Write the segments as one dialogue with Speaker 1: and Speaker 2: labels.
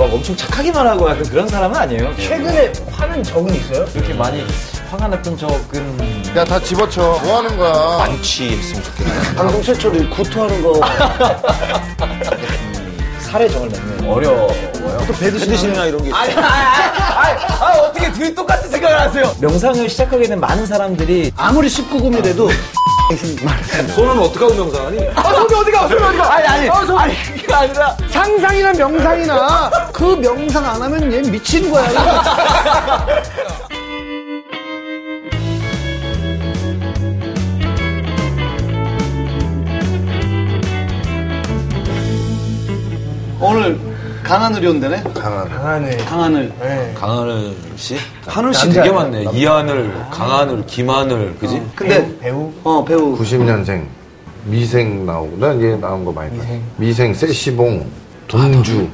Speaker 1: 엄청 착하게 말하고 약간 그런 사람은 아니에요.
Speaker 2: 최근에 화는 적은 있어요?
Speaker 1: 이렇게 많이 화가 났던 적은
Speaker 3: 야, 다 집어쳐. 뭐 하는 거야?
Speaker 4: 안취했으면 좋겠네.
Speaker 2: 방송 최초로 이 구토하는 거. 살에 정을 맺네.
Speaker 1: 어려워요.
Speaker 2: 또 배드신이나
Speaker 4: 이런 게
Speaker 1: 아니, 아니, 아니, 아니, 아니, 어떻게 둘이 똑같은 생각을 하세요? 명상을 시작하게 된 많은 사람들이
Speaker 2: 아무리 19금이 돼도
Speaker 4: 손은 어떻게 하고 명상하니?
Speaker 1: 아, 손이 어디 가? 손이 어디 가? 아니, 아니, 아니, 그게 아니라
Speaker 2: 상상이나 명상이나 그 명상 안 하면 얘 미친 거야. 이거. 오늘 강한을 온다네?
Speaker 3: 강한.
Speaker 2: 강한을.
Speaker 4: 강하늘 씨?
Speaker 5: 아,
Speaker 4: 하늘 씨 되게 많네. 이하늘, 강하늘, 김하늘, 그지?
Speaker 2: 근데
Speaker 5: 배우?
Speaker 2: 어 배우.
Speaker 3: 90년생. 미생 나오고. 난얘 나온 거 많이 봤어. 미생, 세시봉, 동주.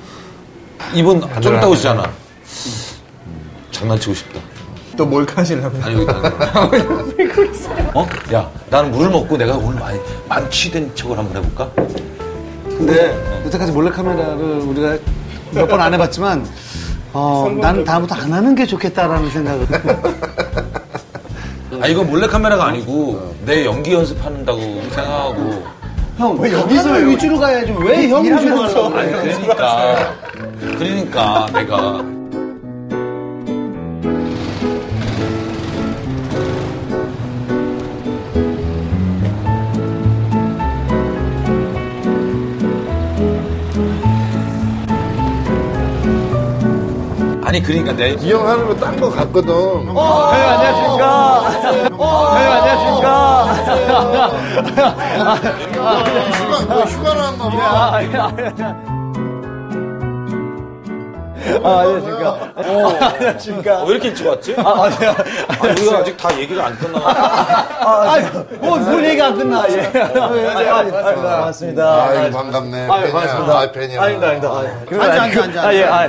Speaker 4: 이분 좀 있다 오시잖아. 음, 장난치고 싶다.
Speaker 5: 또 몰카시려고.
Speaker 4: 아니, 여기 있다는 거야. 어? 야, 나는 물을 먹고 내가 오늘 많이 만취된 척을 한번 해볼까?
Speaker 2: 근데 여태까지 몰래카메라를 우리가 몇 번 안 해봤지만 어, 나는 다음부터 안 하는 게 좋겠다라는 생각을.
Speaker 4: 아, 이거 몰래카메라가
Speaker 5: 어.
Speaker 4: 아니고 내 연기 연습한다고 생각하고.
Speaker 2: 형, 왜 여기서 위주로 가야지 왜 형 위주로 가려고 그래?
Speaker 4: 그러니까. 그러니까, 내가. 아니, 그러니까 내
Speaker 3: 이 형 하는 거 딴 거 같거든. 어,
Speaker 1: 안녕하십니까? 안녕하십니까?
Speaker 3: 그 휴가, 너 휴가로 한 거. 봐.
Speaker 4: 왜 이렇게 일찍 왔지? 아, 우리가 아직 다 얘기를 안 끝나.
Speaker 1: 뭐뭘 얘기 안 끝나? 예.
Speaker 2: 맞습니다. 맞습니다.
Speaker 3: 아유, 반갑네. 팬이야.
Speaker 1: 반갑습니다.
Speaker 3: 아, 팬이야.
Speaker 1: 아닙니다, 예. 아닙니다.
Speaker 2: 앉아, 앉아, 앉아.
Speaker 1: 아, 예, 아,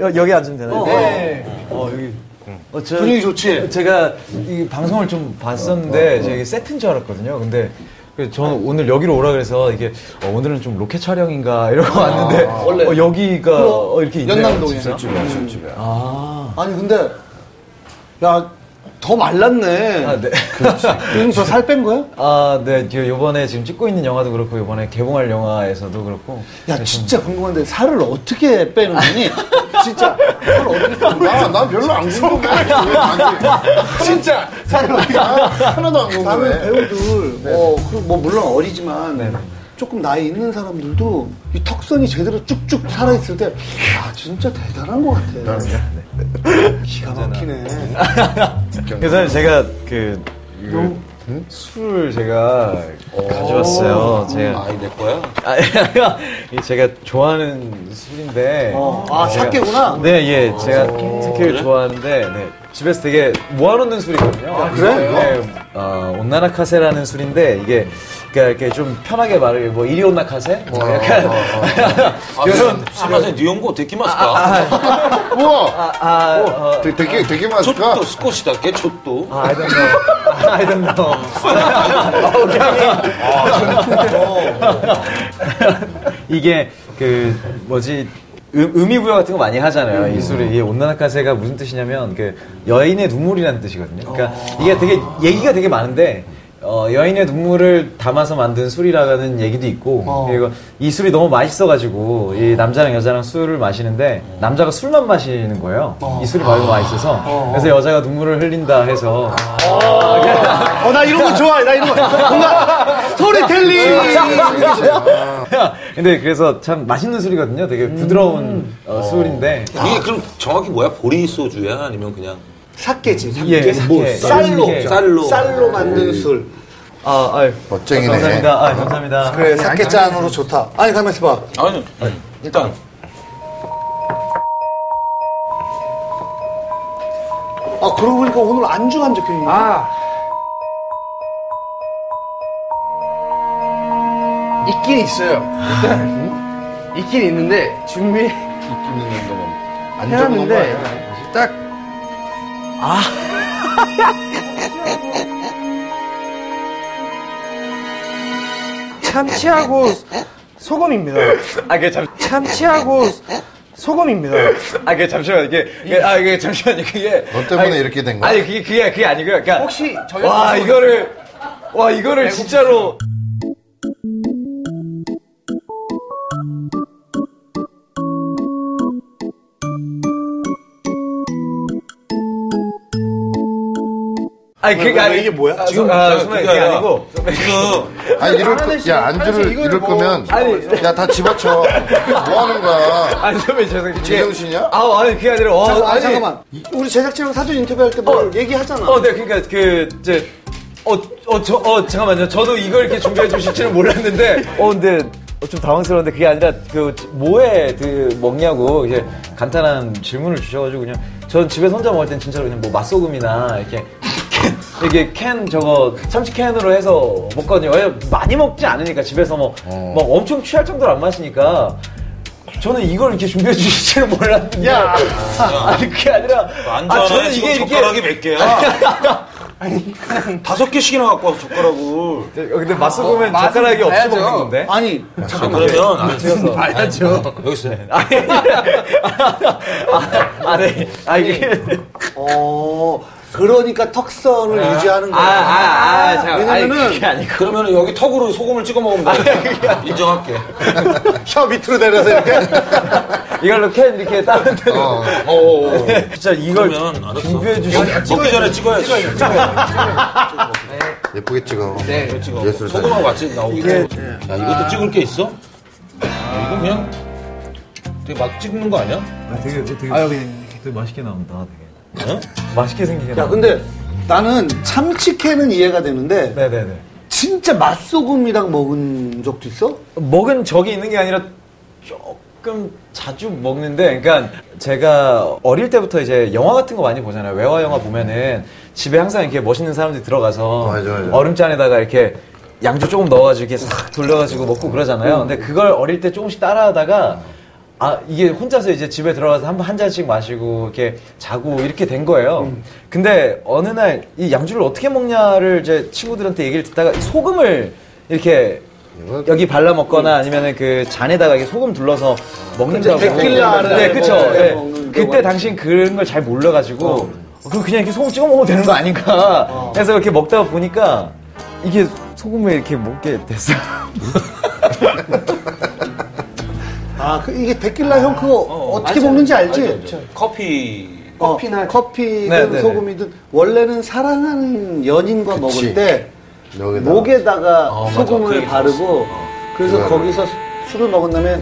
Speaker 1: 여- 여기 앉으면 되나요?
Speaker 2: 네.
Speaker 1: 어, 여기. 어, 저,
Speaker 2: 분위기 좋지?
Speaker 1: 제가 이 방송을 좀 봤었는데, 제가 이게 세트인 줄 알았거든요. 근데 그 저는 오늘 여기로 오라 그래서 이게 어, 오늘은 좀 로켓 촬영인가 이러고 왔는데 어, 여기가 어, 이렇게 있네요.
Speaker 2: 연남동이야.
Speaker 3: 술집이야, 술집이야.
Speaker 2: 아니 근데 야 더 말랐네.
Speaker 1: 아, 네.
Speaker 2: 요즘 저 살 뺀 거야?
Speaker 1: 아, 네. 저 요번에 지금 찍고 있는 영화도 그렇고, 요번에 개봉할 영화에서도 그렇고.
Speaker 2: 야 진짜 궁금한데 살을 어떻게 빼는 거니? 진짜 살을 어떻게 빼는 거야?
Speaker 3: 나, 나 아, 별로 안 궁금해. 왜 나한테
Speaker 2: 진짜 살을 어떻게
Speaker 3: 나 하나도 안
Speaker 2: 다른
Speaker 3: 궁금해.
Speaker 2: 배우들, 어, 그리고 뭐 물론 어리지만 조금 나이 있는 사람들도 이 턱선이 제대로 쭉쭉 살아있을 때, 아 진짜 대단한 것 같아.
Speaker 5: 네.
Speaker 2: 기가 막히네.
Speaker 1: 그래서 제가 그, 그 술을 제가
Speaker 2: 어.
Speaker 1: 가져왔어요. 제가,
Speaker 4: 아니, 내 거야?
Speaker 1: 아, 이게 제가 좋아하는 술인데.
Speaker 2: 어, 아,
Speaker 1: 제가-
Speaker 2: 사케구나?
Speaker 1: 네, 예. 제가 사케를 좋아하는데, 네. 집에서 되게 모아놓는 술이거든요.
Speaker 2: 그래?
Speaker 1: 네. 어, 온나나 카세라는 술인데, 이게, 그러니까 이렇게 좀 편하게 말을, 뭐, 이리 온나 카세? 뭐,
Speaker 2: 아,
Speaker 1: 약간.
Speaker 4: 요즘 사마세 아, 뉴욕고 되게 맛있다.
Speaker 3: 우와!
Speaker 1: 아, 아, 어,
Speaker 3: 되게, 되게, 되게
Speaker 4: 촛도
Speaker 3: 맛있다.
Speaker 4: 스콧이다, 걔 촛도.
Speaker 2: 아,
Speaker 1: I don't know. I don't know. 이게 그 뭐지 음, 의미부여 같은 거 많이 하잖아요. 이 술이 이 온난화가세가 무슨 뜻이냐면 그 여인의 눈물이라는 뜻이거든요. 그러니까 이게 되게 얘기가 되게 많은데 어, 여인의 눈물을 담아서 만든 술이라는 얘기도 있고 그리고 이 술이 너무 맛있어가지고 이 남자랑 여자랑 술을 마시는데 남자가 술만 마시는 거예요. 이 술이 너무 맛있어서 그래서 여자가 눈물을 흘린다 해서
Speaker 2: 어, 나 이런 거 좋아해. 나 이런 거. 뭔가 스토리텔링.
Speaker 1: 근데 그래서 참 맛있는 술이거든요. 되게 부드러운 어,
Speaker 3: 음.
Speaker 1: 술인데
Speaker 4: 이게 그럼 정확히 뭐야? 보리 소주야? 아니면 그냥
Speaker 2: 사케지. 사케.
Speaker 1: 예, 뭐,
Speaker 2: 쌀로.
Speaker 1: 쌀로.
Speaker 4: 예.
Speaker 5: 예.
Speaker 4: 쌀로.
Speaker 2: 쌀로 만든 술.
Speaker 1: 아, 아유.
Speaker 3: 멋쟁이네.
Speaker 1: 감사합니다. 아, 감사합니다.
Speaker 2: 그래, 사케 짠으로 좋다. 아니, 가만있어 봐.
Speaker 4: 아니, 일단
Speaker 2: 아, 그러고 보니까 오늘 안주가 안 적혀있네.
Speaker 5: 아. 있긴 있어요. 일단 있긴 있는데 준비
Speaker 2: 뭐.
Speaker 3: 안 적는
Speaker 5: 해놨는데
Speaker 3: 거야.
Speaker 5: 딱 아. 참치하고 소금입니다.
Speaker 1: 아, 그참
Speaker 5: 참치하고 소금입니다.
Speaker 1: 아, 그 잠시만 이게 이게- 아 이게 잠시만 이게
Speaker 3: 너 때문에 이렇게 된 거야?
Speaker 1: 아니 그게 그게 그게 아니고요. 그러니까
Speaker 5: 혹시 저녁
Speaker 1: 와
Speaker 5: 드시고
Speaker 1: 이거를 와 이거를 진짜로 아니 그니까 이게 뭐야? 지금 아, 정말 그게
Speaker 4: 그거야.
Speaker 1: 아니고
Speaker 4: 지금
Speaker 3: 아니 이럴
Speaker 5: 하나씩,
Speaker 3: 거, 야 안주를
Speaker 5: 하나씩 이걸
Speaker 3: 이럴
Speaker 5: 뭐-
Speaker 3: 거면
Speaker 1: 아니.
Speaker 3: 야 다 집어쳐 뭐 하는 거야
Speaker 1: 아니 선배 죄송해요. 이게-
Speaker 3: 제정신이야?
Speaker 1: 아 아니 그게 아니라 와
Speaker 2: 잠깐,
Speaker 1: 아니,
Speaker 2: 잠깐만. 우리 제작진이랑 사전 인터뷰할 때 뭘 얘기하잖아.
Speaker 1: 어, 네, 그러니까 그 이제 어어저어 잠깐만요. 저도 이걸 이렇게 준비해 주실 줄은 몰랐는데. 어, 근데 어, 좀 당황스러운데 그게 아니라 그 뭐에 그 먹냐고 이제 간단한 질문을 주셔가지고 그냥 전 집에서 혼자 먹을 땐 진짜로 그냥 뭐 맛소금이나 이렇게. 캔, 이게 캔 저거 30캔으로 해서 먹거든요. 왜냐면 많이 먹지 않으니까 집에서 뭐, 막 엄청 취할 정도로 안 마시니까 저는 이걸 이렇게 준비해 주실 줄은 몰랐는데 아니 그게 아니라
Speaker 4: 안주 하나에 지금 젓가락이 몇 개야?
Speaker 1: 어,
Speaker 4: 다섯 개씩이나 갖고 와서 젓가락을.
Speaker 1: 네, 어, 근데 맛소금은 젓가락이 없이
Speaker 5: 봐야죠.
Speaker 1: 먹는 건데.
Speaker 2: 아니,
Speaker 4: 그러면 안 돼.
Speaker 1: 그래서
Speaker 5: 알죠.
Speaker 4: 여기 있어요.
Speaker 1: 아니 아, 아니 아 이게
Speaker 2: 어, 그러니까 턱선을 유지하는 거야.
Speaker 1: 아, 아아아
Speaker 2: 왜냐면은
Speaker 1: 그게 아니고
Speaker 4: 그러면 여기 턱으로 소금을 찍어 먹으면 돼. 인정할게.
Speaker 3: 혀 밑으로 내려서 이렇게
Speaker 1: 이걸로 캔 이렇게 따면 되는
Speaker 3: 어.
Speaker 4: 어어어.
Speaker 1: 진짜 이걸
Speaker 4: 그러면 안 했어.
Speaker 1: 준비해 주시면
Speaker 4: 먹기 전에 아, 찍어야지.
Speaker 3: 예쁘게 찍어
Speaker 5: 네.
Speaker 4: 찍어.
Speaker 3: 예술사.
Speaker 4: 소금하고 같이 나오고. 야, 이것도 찍을 게 있어? 야, 이거 그냥 되게 막 찍는 거 아니야?
Speaker 1: 되게 되게 되게 맛있게 나온다 되게
Speaker 4: 어?
Speaker 1: 맛있게 생기게
Speaker 2: 야, 그-
Speaker 1: 나온다.
Speaker 2: 근데 나는 참치캔은 이해가 되는데
Speaker 1: 네네네
Speaker 2: 진짜 맛소금이랑 먹은 적도 있어?
Speaker 1: 먹은 적이 있는 게 아니라 조금 자주 먹는데, 그러니까 제가 어릴 때부터 이제 영화 같은 거 많이 보잖아요. 외화 영화 보면은 집에 항상 이렇게 멋있는 사람들이 들어가서
Speaker 3: 맞아, 맞아.
Speaker 1: 얼음잔에다가 이렇게 양주 조금 넣어가지고 이렇게 싹 돌려가지고 먹고 그러잖아요.
Speaker 2: 음.
Speaker 1: 근데 그걸 어릴 때 조금씩 따라하다가 아 이게 혼자서 이제 집에 들어가서 한, 한 잔씩 마시고 이렇게 자고 이렇게 된 거예요.
Speaker 2: 음.
Speaker 1: 근데 어느 날 이 양주를 어떻게 먹냐를 이제 친구들한테 얘기를 듣다가 이 소금을 이렇게
Speaker 3: 이거-
Speaker 1: 여기 발라 먹거나 아니면은 그 잔에다가 이게 소금 둘러서 먹는다고.
Speaker 2: 음. 데킬라를
Speaker 1: 네, 그쵸.
Speaker 2: 먹는
Speaker 1: 네.
Speaker 2: 경우는
Speaker 1: 그때 당신 그런 걸 잘 몰라가지고 그럼 그냥 이렇게 소금 찍어 먹어도 되는 거 아닌가. 그래서 이렇게 먹다 보니까 이게 소금을 이렇게 먹게 됐어요.
Speaker 2: 아, 그 이게 데킬라 형 그거 어, 떻게 먹는지 알지?
Speaker 4: 커피.
Speaker 2: 커피나 커피든
Speaker 1: 네, 네, 네.
Speaker 2: 소금이든 원래는 사랑하는 연인과 먹을 때
Speaker 3: 여기다
Speaker 2: 목에다가
Speaker 4: 어, 맞아. 그
Speaker 2: 소금을
Speaker 4: 얘기
Speaker 2: 바르고 그래서
Speaker 3: 그거를.
Speaker 2: 거기서 수- 술을 먹은 다음에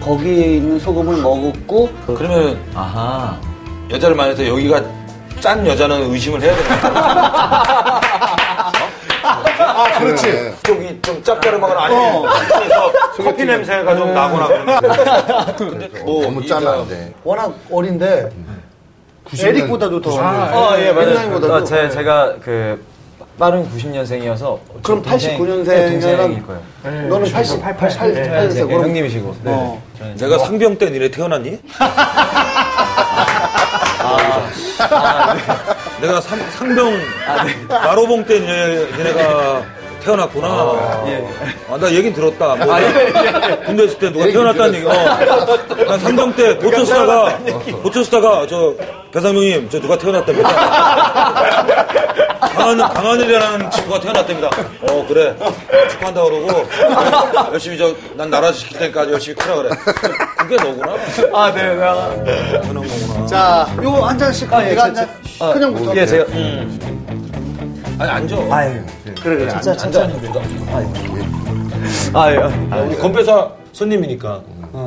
Speaker 2: 거기에 있는 소금을 먹었고
Speaker 4: 그러면
Speaker 1: 아하.
Speaker 4: 여자를 만날 때 여기가 짠 여자는 의심을 해야 되는 거야.
Speaker 3: 아, 그렇지
Speaker 4: 쪽이 좀 짭짤하거나 아니면 그래서 커피 냄새가 좀 나거나 그러는데. 근데 뭐
Speaker 3: 너무
Speaker 4: 이가
Speaker 3: 짠한데
Speaker 2: 워낙 어린데 에릭보다도 더
Speaker 1: 아, 예, 맞아요.
Speaker 2: 옛날보다도.
Speaker 1: 아, 제, 제가 그 빠른 90년생이어서 네,
Speaker 2: 그럼 89 년생이랑-
Speaker 1: 동생일 거예요.
Speaker 2: 너는 80, 8 8
Speaker 1: 네, 네,
Speaker 2: 8
Speaker 1: 형님이시고. 네.
Speaker 2: 어.
Speaker 4: 내가 상병 때 니네 태어났니? 아, 네. 내가 상, 상병 네. 마로봉 때 니네, 니네가 태어났구나. 아, 나 얘긴 들었다. 뭐, 군대 있을 때 누가 태어났다는 얘기. 어. 난 상병 때 보초 쓰다가 보초 쓰다가 저 배상용님 저 누가 태어났답니다. 강한, 강한이라는 친구가 태어났답니다. 어 그래 축하한다 그러고 열심히 저 난 나라 지킬 테니까 열심히 크라 그래. 그게 너구나.
Speaker 1: 아, 네, 네. 아.
Speaker 4: 태어난 거구나.
Speaker 2: 자, 요 한 잔씩
Speaker 1: 아, 예,
Speaker 2: 내가 한
Speaker 1: 저-
Speaker 2: 잔.
Speaker 1: 아,
Speaker 2: 큰형부터.
Speaker 1: 예, 제가. 음.
Speaker 4: 아니 앉아.
Speaker 1: 아유. 예,
Speaker 2: 그래, 그래.
Speaker 1: 진짜, 진짜. 아유. 아유.
Speaker 4: 우리 건배사 손님이니까.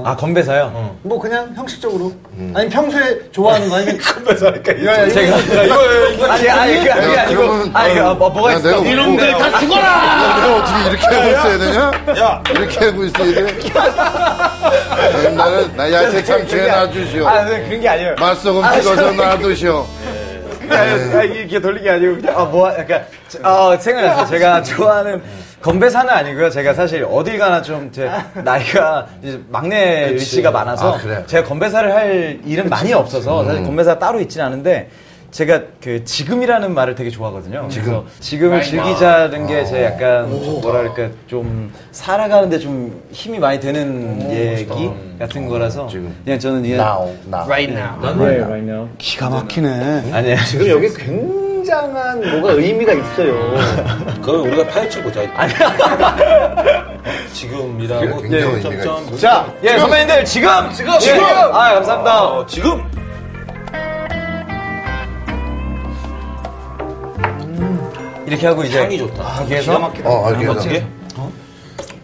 Speaker 1: 아, 건배사요?
Speaker 2: 뭐 그냥 형식적으로. 아니 평소에 좋아하는 거 아니면
Speaker 1: 건배사니까. 제가. 이거, 이거. 아니, 아니, 그게
Speaker 3: 야,
Speaker 1: 아니고.
Speaker 3: 그러면-
Speaker 1: 아니, 아, 뭐, 뭐가
Speaker 3: 야,
Speaker 1: 있어?
Speaker 3: 내가
Speaker 1: 이놈들
Speaker 3: 먹고-
Speaker 1: 다 죽어라!
Speaker 3: 야, 내가 어떻게 이렇게 하고 있어야 되냐?
Speaker 4: 야.
Speaker 3: 이렇게 하고 있어야 돼? 그럼 나는 나 야채 참치에 놔주시오
Speaker 1: 아, 네, 그런 게 아니에요.
Speaker 3: 맛소금
Speaker 1: 아,
Speaker 3: 찍어서
Speaker 1: 저는-
Speaker 3: 놔두시오
Speaker 1: 그게 아니에요. 아, 이게 돌리기 아니고, 그냥, 아, 뭐, 약간, 아, 생각났어요. 제가 좋아하는 건배사는 아니고요. 제가 사실 어딜 가나 좀, 제, 나이가, 이제 막내 일씨가 아. 많아서,
Speaker 3: 아, 그래.
Speaker 1: 음. 제가 건배사를 할 일은 많이 없어서, 사실 건배사 따로 있진 않은데, 제가 그 지금이라는 말을 되게 좋아하거든요. 지금 아. 지금을
Speaker 5: 라이브.
Speaker 1: 즐기자는 게 제 약간 뭐랄까 좀 살아가는데 좀 힘이 많이 되는 얘기 같은 거라서
Speaker 3: 지금.
Speaker 1: 그냥 저는 그냥
Speaker 3: now, now.
Speaker 5: Right now.
Speaker 2: 기가 막히네.
Speaker 1: 아니에요.
Speaker 6: 지금 여기 굉장한 뭐가 의미가 있어요.
Speaker 4: 그걸 우리가 파헤쳐보자. 지금이라고
Speaker 3: 그 굉장히 의미가
Speaker 4: 점점
Speaker 3: 있어.
Speaker 1: 자, 예 선배님들 지금 지금 지금 아 감사합니다.
Speaker 4: 어, 지금
Speaker 1: 음, 이렇게 하고 이제
Speaker 4: 향이 좋다.
Speaker 1: 거기에서
Speaker 3: 어, 알겠다
Speaker 4: 어떻게? 뭐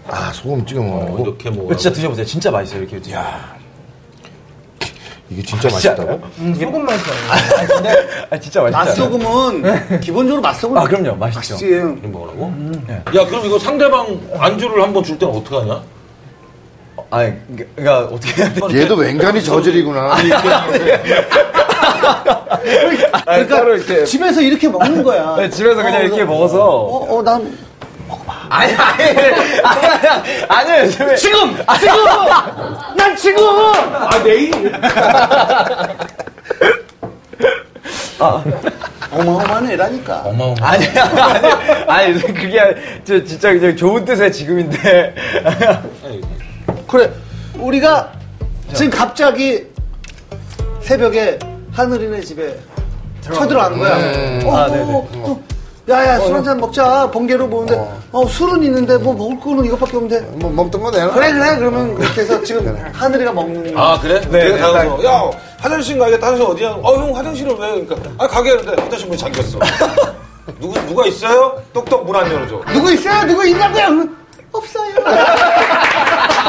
Speaker 3: 아, 소금 찍어 먹는 거.
Speaker 4: 이렇게 먹어.
Speaker 1: 진짜 드셔보세요. 진짜 맛있어요. 이렇게 드셔. 야,
Speaker 3: 이게 진짜 맛있다고?
Speaker 5: 소금 맛이 나요.
Speaker 1: 아 진짜 맛있다.
Speaker 2: 맛소금은 기본적으로 맛소금
Speaker 1: 아 그럼요, 맛있죠.
Speaker 2: 맛있지.
Speaker 4: 이렇게 먹으라고? 야 그럼 이거 상대방 안주를 한번 줄 때는 어떻게 하냐?
Speaker 1: 아, 그러니까, 그러니까 어떻게 해야 돼?
Speaker 3: 얘도 왠간히 저질이구나.
Speaker 2: 그러니까 집에서 이렇게 먹는 거야.
Speaker 1: 네, 집에서 그냥
Speaker 2: 어,
Speaker 1: 이렇게
Speaker 2: 어,
Speaker 1: 먹어서.
Speaker 2: 어, 어, 난
Speaker 1: 아니, 아니, 아니, 아니, 아니, 지금, 지금, 난 지금. 아 내일. 아.
Speaker 2: 어마어마한 애라니까.
Speaker 1: 아니야, 아니, 아니, 그게 아니- 저 진짜 그냥 좋은 뜻의 지금인데. 어,
Speaker 2: 그래 우리가 지금 갑자기 새벽에 하늘이네 집에 쳐들어간 거야. 어,
Speaker 1: 아, 네네.
Speaker 2: 어, 어, 야야 술 한잔 먹자. 번개로 보는데 어. 술은 있는데 뭐 먹을 거는 이것밖에 없는데.
Speaker 1: 어.
Speaker 3: 뭐 먹던 거 내놔.
Speaker 2: 그래 그래 그러면 그렇게 해서 지금 하늘이가 먹는 거야.
Speaker 4: 아 그래?
Speaker 1: 네,
Speaker 4: 내가 가서 야 화장실 가야겠다. 화장실 어디야? 어 형 화장실을 왜? 그러니까 아 가게 하는데 화장실 문이 잠겼어. 누구 누가 있어요? 똑똑 문 안 열어줘.
Speaker 2: 누구 있어요? 누구 있냐고요? 그러면 없어요.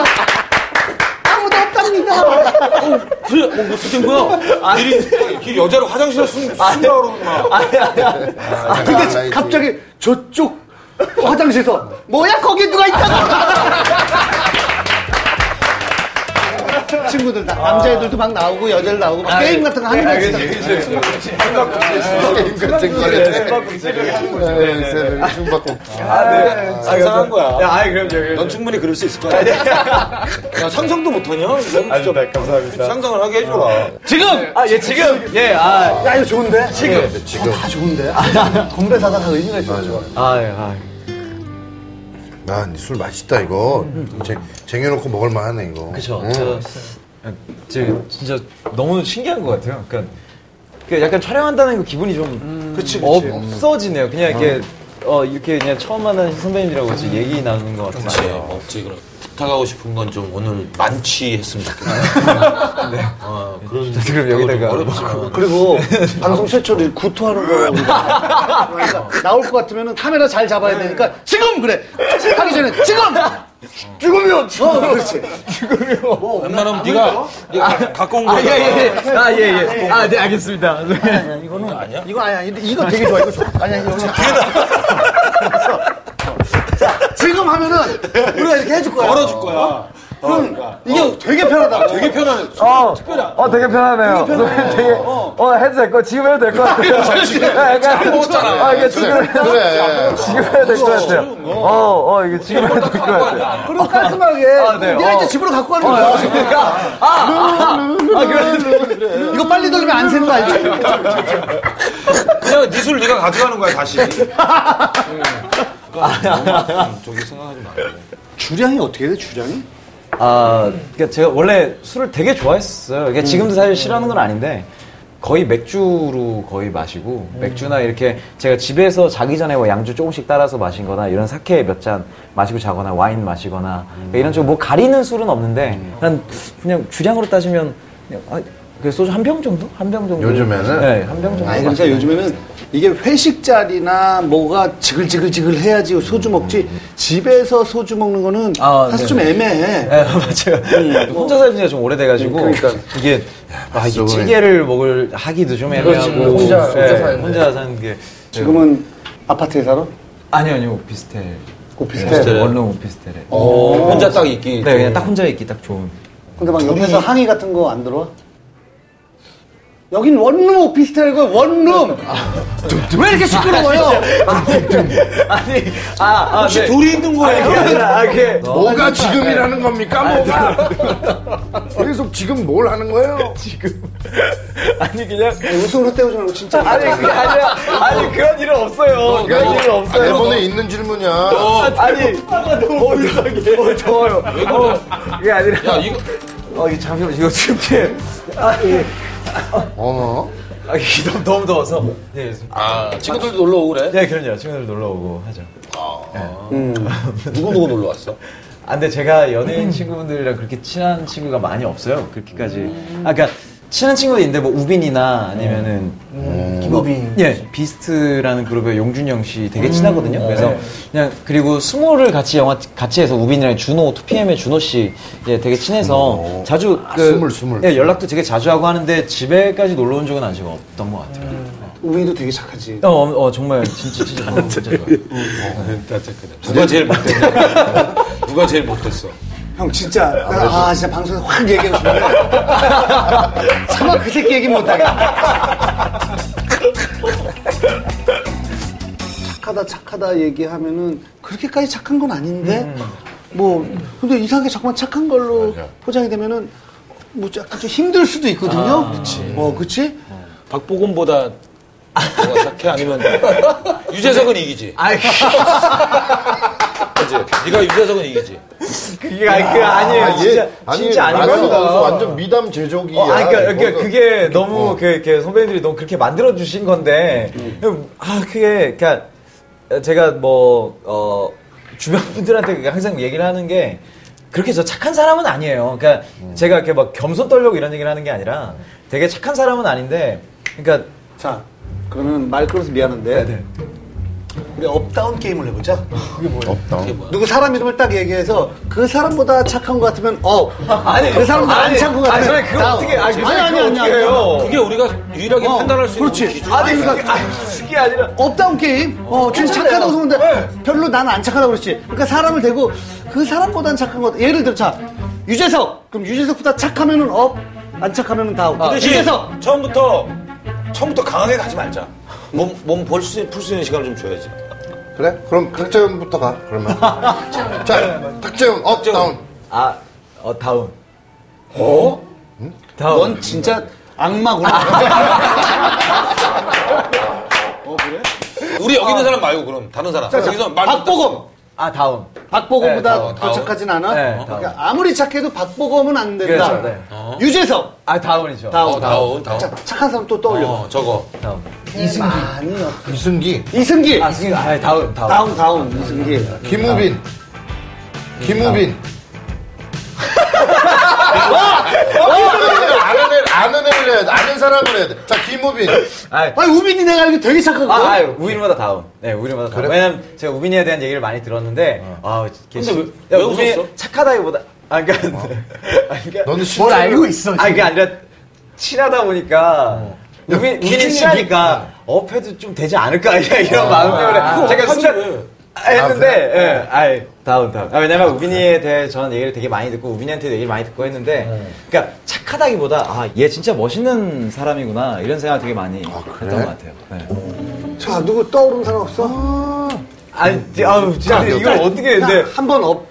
Speaker 2: 아무도 없답니다.
Speaker 4: 그래, 어, 뭐 어떻게 된 거야? 길이, 길이 그 여자를 화장실에 숨, 숨으라 그러는구나.
Speaker 3: 아,
Speaker 2: 근데 갑자기 저쪽 화장실에서 뭐야 거기 누가 있다고 친구들 나- 남자애들도 막 나오고 여자들 나오고
Speaker 3: 아,
Speaker 2: 막 게임 같은
Speaker 3: 네,
Speaker 2: 거 하는
Speaker 1: 아,
Speaker 2: 거지
Speaker 3: 게임
Speaker 1: 네.
Speaker 3: 같은 거를 해. 숨바꼭질.
Speaker 1: 아,
Speaker 4: 상상한 거야.
Speaker 1: 야, 아니 그럼요, 그럼요.
Speaker 4: 넌 충분히 그럴 수 있을 거야. 야, 상상도 못하냐? 넌 진짜
Speaker 1: 네, 감사합니다.
Speaker 4: 상상을 하게 해줘라.
Speaker 1: 지금, 아, 예, 지금, 예, 아,
Speaker 2: 야 이거 좋은데? 어,
Speaker 3: 지금. 지금.
Speaker 2: 다 좋은데? 아, 건배 사다가 의미가 있어
Speaker 3: 맞아.
Speaker 1: 아, 예, 아.
Speaker 3: 아, 난술 맛있다, 이거. 쟁- 쟁여놓고 먹을만 하네, 이거.
Speaker 1: 그쵸.
Speaker 3: 응.
Speaker 1: 저, 저 진짜 너무 신기한 것 같아요. 그러니까, 그 약간 촬영한다는 그 기분이 좀 없어지네요. 그냥 이렇게 어, 이렇게 그냥 처음 만난 선배님이라고 같이 얘기 나누는 것
Speaker 4: 없지,
Speaker 1: 같아요.
Speaker 4: 없지. 어, 그럼 부탁하고 싶은 건 좀 오늘 만취했으면 좋겠다. 어, 그런
Speaker 1: 그럼
Speaker 4: 뭐
Speaker 1: 여기다가 뭐
Speaker 4: 어렵지만.
Speaker 2: 그리고 방송 최초로 이렇게 구토하는 거라고 그러니까 나올 것 같으면 카메라 잘 잡아야 되니까 지금 그래 하기 전에 지금 죽으면 어 그렇지
Speaker 4: 웬만하면 네가 네가 갖고 온
Speaker 1: 아, 예,
Speaker 4: 거잖아.
Speaker 1: 예. 아, 예, 예. 아, 네, 알겠습니다.
Speaker 4: 이거는 아니야.
Speaker 2: 이거 아니야. 근데 이거 되게 좋아. 이거 좋아. 아니야. 이거 자, 지금 하면은 우리가 이렇게 해줄 거야. 어, 그러니까.
Speaker 4: 걸어줄 거야.
Speaker 2: 그럼 이게 되게 편하다.
Speaker 4: 되게 편안해.
Speaker 1: 어, 되게 편하네요. 되게, 어, 해도 될 거, 지금 해도 될 것 같아요. 안 먹었잖아. 아, 이게 지금,
Speaker 3: 그래.
Speaker 1: 지금 해도 될 것 같아요. 어, 어, 이게 지금 해도 될 것 같아요.
Speaker 2: 그리고 깔끔하게.
Speaker 1: 네.
Speaker 2: 내가
Speaker 1: 어.
Speaker 2: 이제 집으로 갖고 가는 거야. 그러니까 아, 이거 빨리 돌리면 안 새는 거 알지?
Speaker 4: 그냥 네 술 네가 가져가는 거야 다시. 응. 그러니까 너무 막 저기 생각하지 마.
Speaker 2: 주량이 어떻게 돼? 주량이?
Speaker 1: 아, 그러니까 제가 원래 술을 되게 좋아했어요. 그러니까 지금도 사실 싫어하는 건 아닌데 거의 맥주로 거의 마시고 맥주나 이렇게 제가 집에서 자기 전에 뭐 양주 조금씩 따라서 마신거나 이런 사케 몇 잔 마시고 자거나 와인 마시거나 그러니까 이런 쪽 뭐 가리는 술은 없는데 난 그냥 주량으로 따지면 그냥 아, 그 소주 한 병 정도? 한 병 정도?
Speaker 3: 요즘에는?
Speaker 1: 네, 한 병 정도.
Speaker 2: 아니 그러니까 요즘에는 이게 회식 자리나 뭐가 지글지글지글 해야지 소주 먹지 집에서 소주 먹는 거는
Speaker 1: 아,
Speaker 2: 사실
Speaker 1: 네.
Speaker 2: 좀 애매해.
Speaker 1: 네, 맞아요. 혼자 살지 진짜 좀 오래돼가지고
Speaker 2: 그러니까.
Speaker 1: 이게 아, 이게
Speaker 3: 맞소.
Speaker 1: 찌개를 먹을 하기도 좀 애매하고
Speaker 5: 혼자- 혼자
Speaker 1: 예,
Speaker 5: 사는데.
Speaker 1: 혼자 사는 게 예.
Speaker 2: 지금은 아파트에 살아? 그
Speaker 1: 아니요 아니요 오피스텔
Speaker 2: 오피스텔.
Speaker 1: 네, 원룸 오피스텔에
Speaker 2: 어,
Speaker 4: 혼자 딱 있기.
Speaker 1: 네 그냥 딱 혼자 있기 딱 좋은
Speaker 2: 근데 막 옆에서 항의 같은 거 안 들어와? 여긴 원룸 오피스텔이고 원룸. 왜 이렇게 시끄러워요?
Speaker 1: 아, 네. 아니, 아, 아,
Speaker 4: 혹시
Speaker 1: 네.
Speaker 4: 둘이 있는 거예요?
Speaker 1: 아, 이게
Speaker 3: 뭐가 지금이라는 겁니까? 뭐가? 계속 지금 뭘 하는 거예요?
Speaker 1: 아니 그냥
Speaker 2: 웃음으로 때우지 말고 진짜.
Speaker 1: 아니 그게 아니라 아니 그런 일은 없어요. 그런 일은 없어요.
Speaker 3: 대본에 있는 질문이야.
Speaker 1: 아니 너무 이상해. 어, 더워요. 어, 이게 아니라.
Speaker 4: 야, 이거-
Speaker 1: 어, 이거 잠시만 이거 춥게. 아, 예.
Speaker 3: 어?
Speaker 1: 아, 이게 너무 너무 더워서. 예.
Speaker 4: 아, 친구들도 놀러 오고 그래?
Speaker 1: 네, 그럼요. 친구들 놀러 오고 하죠.
Speaker 4: 누구 누구 놀러 왔어?
Speaker 1: 아, 근데 제가 연예인 친구분들이랑 그렇게 친한 친구가 많이 없어요. 그렇게까지. 아, 그러니까 친한 친구도 있는데 뭐 우빈이나 아니면은
Speaker 5: 김호빈.
Speaker 1: 예, 비스트라는 그룹의 용준영 씨 되게 친하거든요. 그래서 그냥 그리고 스모를 같이 영화 같이 해서 우빈이랑 준호 2PM의 준호 씨 예, 되게 친해서 자주
Speaker 3: 아, 스물, 스물.
Speaker 1: 예, 연락도 되게 자주 하고 하는데 집에까지 놀러 온 적은 아직 없던 것 같아요.
Speaker 2: 우리도 되게 착하지.
Speaker 1: 어, 어, 어, 정말 진짜 진짜 어, 진짜 좋아요.
Speaker 4: 누가 제일 못됐냐? 누가 제일 못됐어?
Speaker 2: 형 진짜 내가 아 진짜 방송에서 확 얘기하고 싶은데 차마 그 새끼 얘기 못하겠다 착하다 착하다 얘기하면은 그렇게까지 착한 건 아닌데 뭐 근데 이상하게 자꾸만 착한 걸로 포장이 되면은 뭐 약간 좀 힘들 수도 있거든요 그치 어 그치
Speaker 4: 박보검보다 뭐가 착해 아니면 유재석은 이기지. 그지? 네가 유재석은 이기지.
Speaker 1: 그게 아니 그 아니에요.
Speaker 3: 예.
Speaker 1: 진짜 진짜
Speaker 3: 라디오
Speaker 1: 아니고요.
Speaker 3: 방송 완전 미담 제조기야.
Speaker 1: 어, 아니, 그러니까, 그러니까
Speaker 3: 이거는.
Speaker 1: 그게 너무 그, 이렇게 선배님들이 너무 그렇게 만들어 주신 건데, 아 그게 그러니까 제가 뭐 어, 주변 분들한테 그게 항상 얘기를 하는 게 그렇게 저 착한 사람은 아니에요. 그러니까 제가 이렇게 막 겸손 떨려고 이런 얘기를 하는 게 아니라 되게 착한 사람은 아닌데, 그러니까
Speaker 2: 자 그러면 말 끊어서 미안한데
Speaker 1: 네.
Speaker 2: 우리 업다운 게임을 해보자
Speaker 3: 없다.
Speaker 2: 누구 사람 이름을 딱 얘기해서 그 사람보다 착한 것 같으면 어.
Speaker 1: 아니,
Speaker 2: 그 사람보다 안
Speaker 1: 아니,
Speaker 2: 착한 것 같으면
Speaker 1: 아니, 그거
Speaker 2: 다운.
Speaker 1: 어떻게- 아니,
Speaker 2: 아니, 아니,
Speaker 1: 그거
Speaker 2: 아니,
Speaker 1: 어떻게
Speaker 2: 아니,
Speaker 1: 해요?
Speaker 2: 아니.
Speaker 4: 그게 우리가 유일하게
Speaker 2: 어,
Speaker 4: 판단할 수 있는
Speaker 2: 그렇지.
Speaker 4: 기준.
Speaker 1: 아니
Speaker 2: 아니,
Speaker 1: 그게,
Speaker 2: 그러니까-
Speaker 1: 아니, 그게 아니라
Speaker 2: 업다운 게임. 어, 좀 착하다고 그러는데
Speaker 1: 네.
Speaker 2: 별로 나는 안 착하다고 그랬지. 그러니까 사람을 대고 그 사람보다는 착한 것. 같아. 예를 들어, 자, 유재석. 그럼 유재석보다 착하면은 업, 안 착하면은 다운.
Speaker 1: 아,
Speaker 4: 대신
Speaker 2: 아, 유재석.
Speaker 4: 처음부터 처음부터 강하게 가지 말자. 몸몸볼수 풀 수 있는 시간을 좀 줘야지.
Speaker 3: 그래? 그럼 탁재훈부터 가. 그러면. 자, 탁재훈 업 다운.
Speaker 1: 아 어, 다운. 어? 다운.
Speaker 2: 넌 진짜 악마구나.
Speaker 4: 우리 여기 있는 사람 말고 그럼 다른 사람. 여기서 말
Speaker 2: 아. 박보검.
Speaker 1: 아 다운.
Speaker 2: 박보검보다
Speaker 1: 네, 다운,
Speaker 2: 더
Speaker 4: 다운.
Speaker 2: 착하진 않아?
Speaker 1: 네, 다운.
Speaker 2: 그러니까 아무리 착해도 박보검은 안 된다.
Speaker 1: 그렇죠, 네.
Speaker 2: 유재석.
Speaker 1: 아 다운이죠.
Speaker 2: 어. 다운.
Speaker 4: 어, 다운, 다운.
Speaker 2: 자, 착한 사람 또 떠올려.
Speaker 4: 어, 저거.
Speaker 1: 다운.
Speaker 2: 이승기. 아니요.
Speaker 3: 이승기,
Speaker 2: 이승기.
Speaker 1: 아 지금 아 다운 다운.
Speaker 2: 다운, 다운. 이승기.
Speaker 3: 김우빈. 김우빈. 아는 애를, 아는 애를 해야 돼. 아는 사람을 해야 돼. 자, 김우빈.
Speaker 1: 아
Speaker 2: 아니, 우빈이 내가 알기 되게 착하고.
Speaker 1: 아, 아유, 우빈마다 다운. 네, 우빈마다 다운. 왜냐면 제가 우빈이에 대한 얘기를 많이 들었는데, 아, 근데
Speaker 4: 왜- 왜 웃었어?
Speaker 1: 착하다기보다, 아, 그러니까, 아, 그러니까
Speaker 3: 너는
Speaker 5: 뭘
Speaker 3: 실제로
Speaker 5: 알고 있어.
Speaker 1: 아, 그게 아니라 친하다 보니까 우빈 우빈이 뭐, 어. 아.
Speaker 3: 기준이
Speaker 1: 친하니까 업해도 좀 되지 않을까 이런 마음 때문에 제가 순간 아, 했는데, 예, 아이, 다운, 다운. 아, 왜냐면 우빈이에 대해 저는 얘기를 되게 많이 듣고, 우빈이한테 얘기를 많이 듣고 했는데, 그러니까 착하다기보다, 아, 얘 진짜 멋있는 사람이구나, 이런 생각 되게 많이 했던 것 같아요. 네.
Speaker 2: 자, 누구 떠오르는 사람 없어?
Speaker 1: 아니, 지- 아우, 진짜 근데 이걸 어떻게 했는데.
Speaker 2: 아. 한번 업.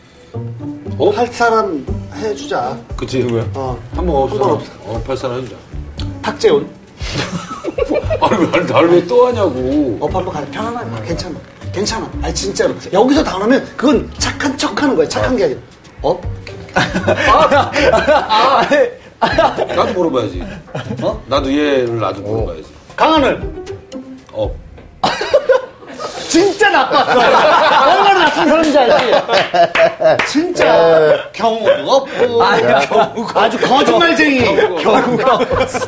Speaker 2: 할 사람 해주자.
Speaker 4: 그치. 누구야?
Speaker 2: 어.
Speaker 4: 한번 없어.
Speaker 2: 한번 없어.
Speaker 4: 어, 팔사나 해주자.
Speaker 2: 탁재훈.
Speaker 4: 아니, 날왜 또 하냐고.
Speaker 2: 업 한번 가자. 편안하게. 괜찮아. 괜찮아. 아니, 진짜로. 여기서 다운하면 그건 착한 척 하는 거야.
Speaker 1: 어.
Speaker 2: 착한 게 아니라. 업.
Speaker 1: 아.
Speaker 4: 나도 물어봐야지. 어? 나도 얘를 나도 물어봐야지.
Speaker 2: 강하늘.
Speaker 4: 어.
Speaker 2: 진짜 나빴어. 얼마나 나쁜 사람인지
Speaker 1: 아,
Speaker 2: 알지? 진짜. 경우도 없고.
Speaker 1: 아,
Speaker 2: 아주 거짓말쟁이. 경우가 없어.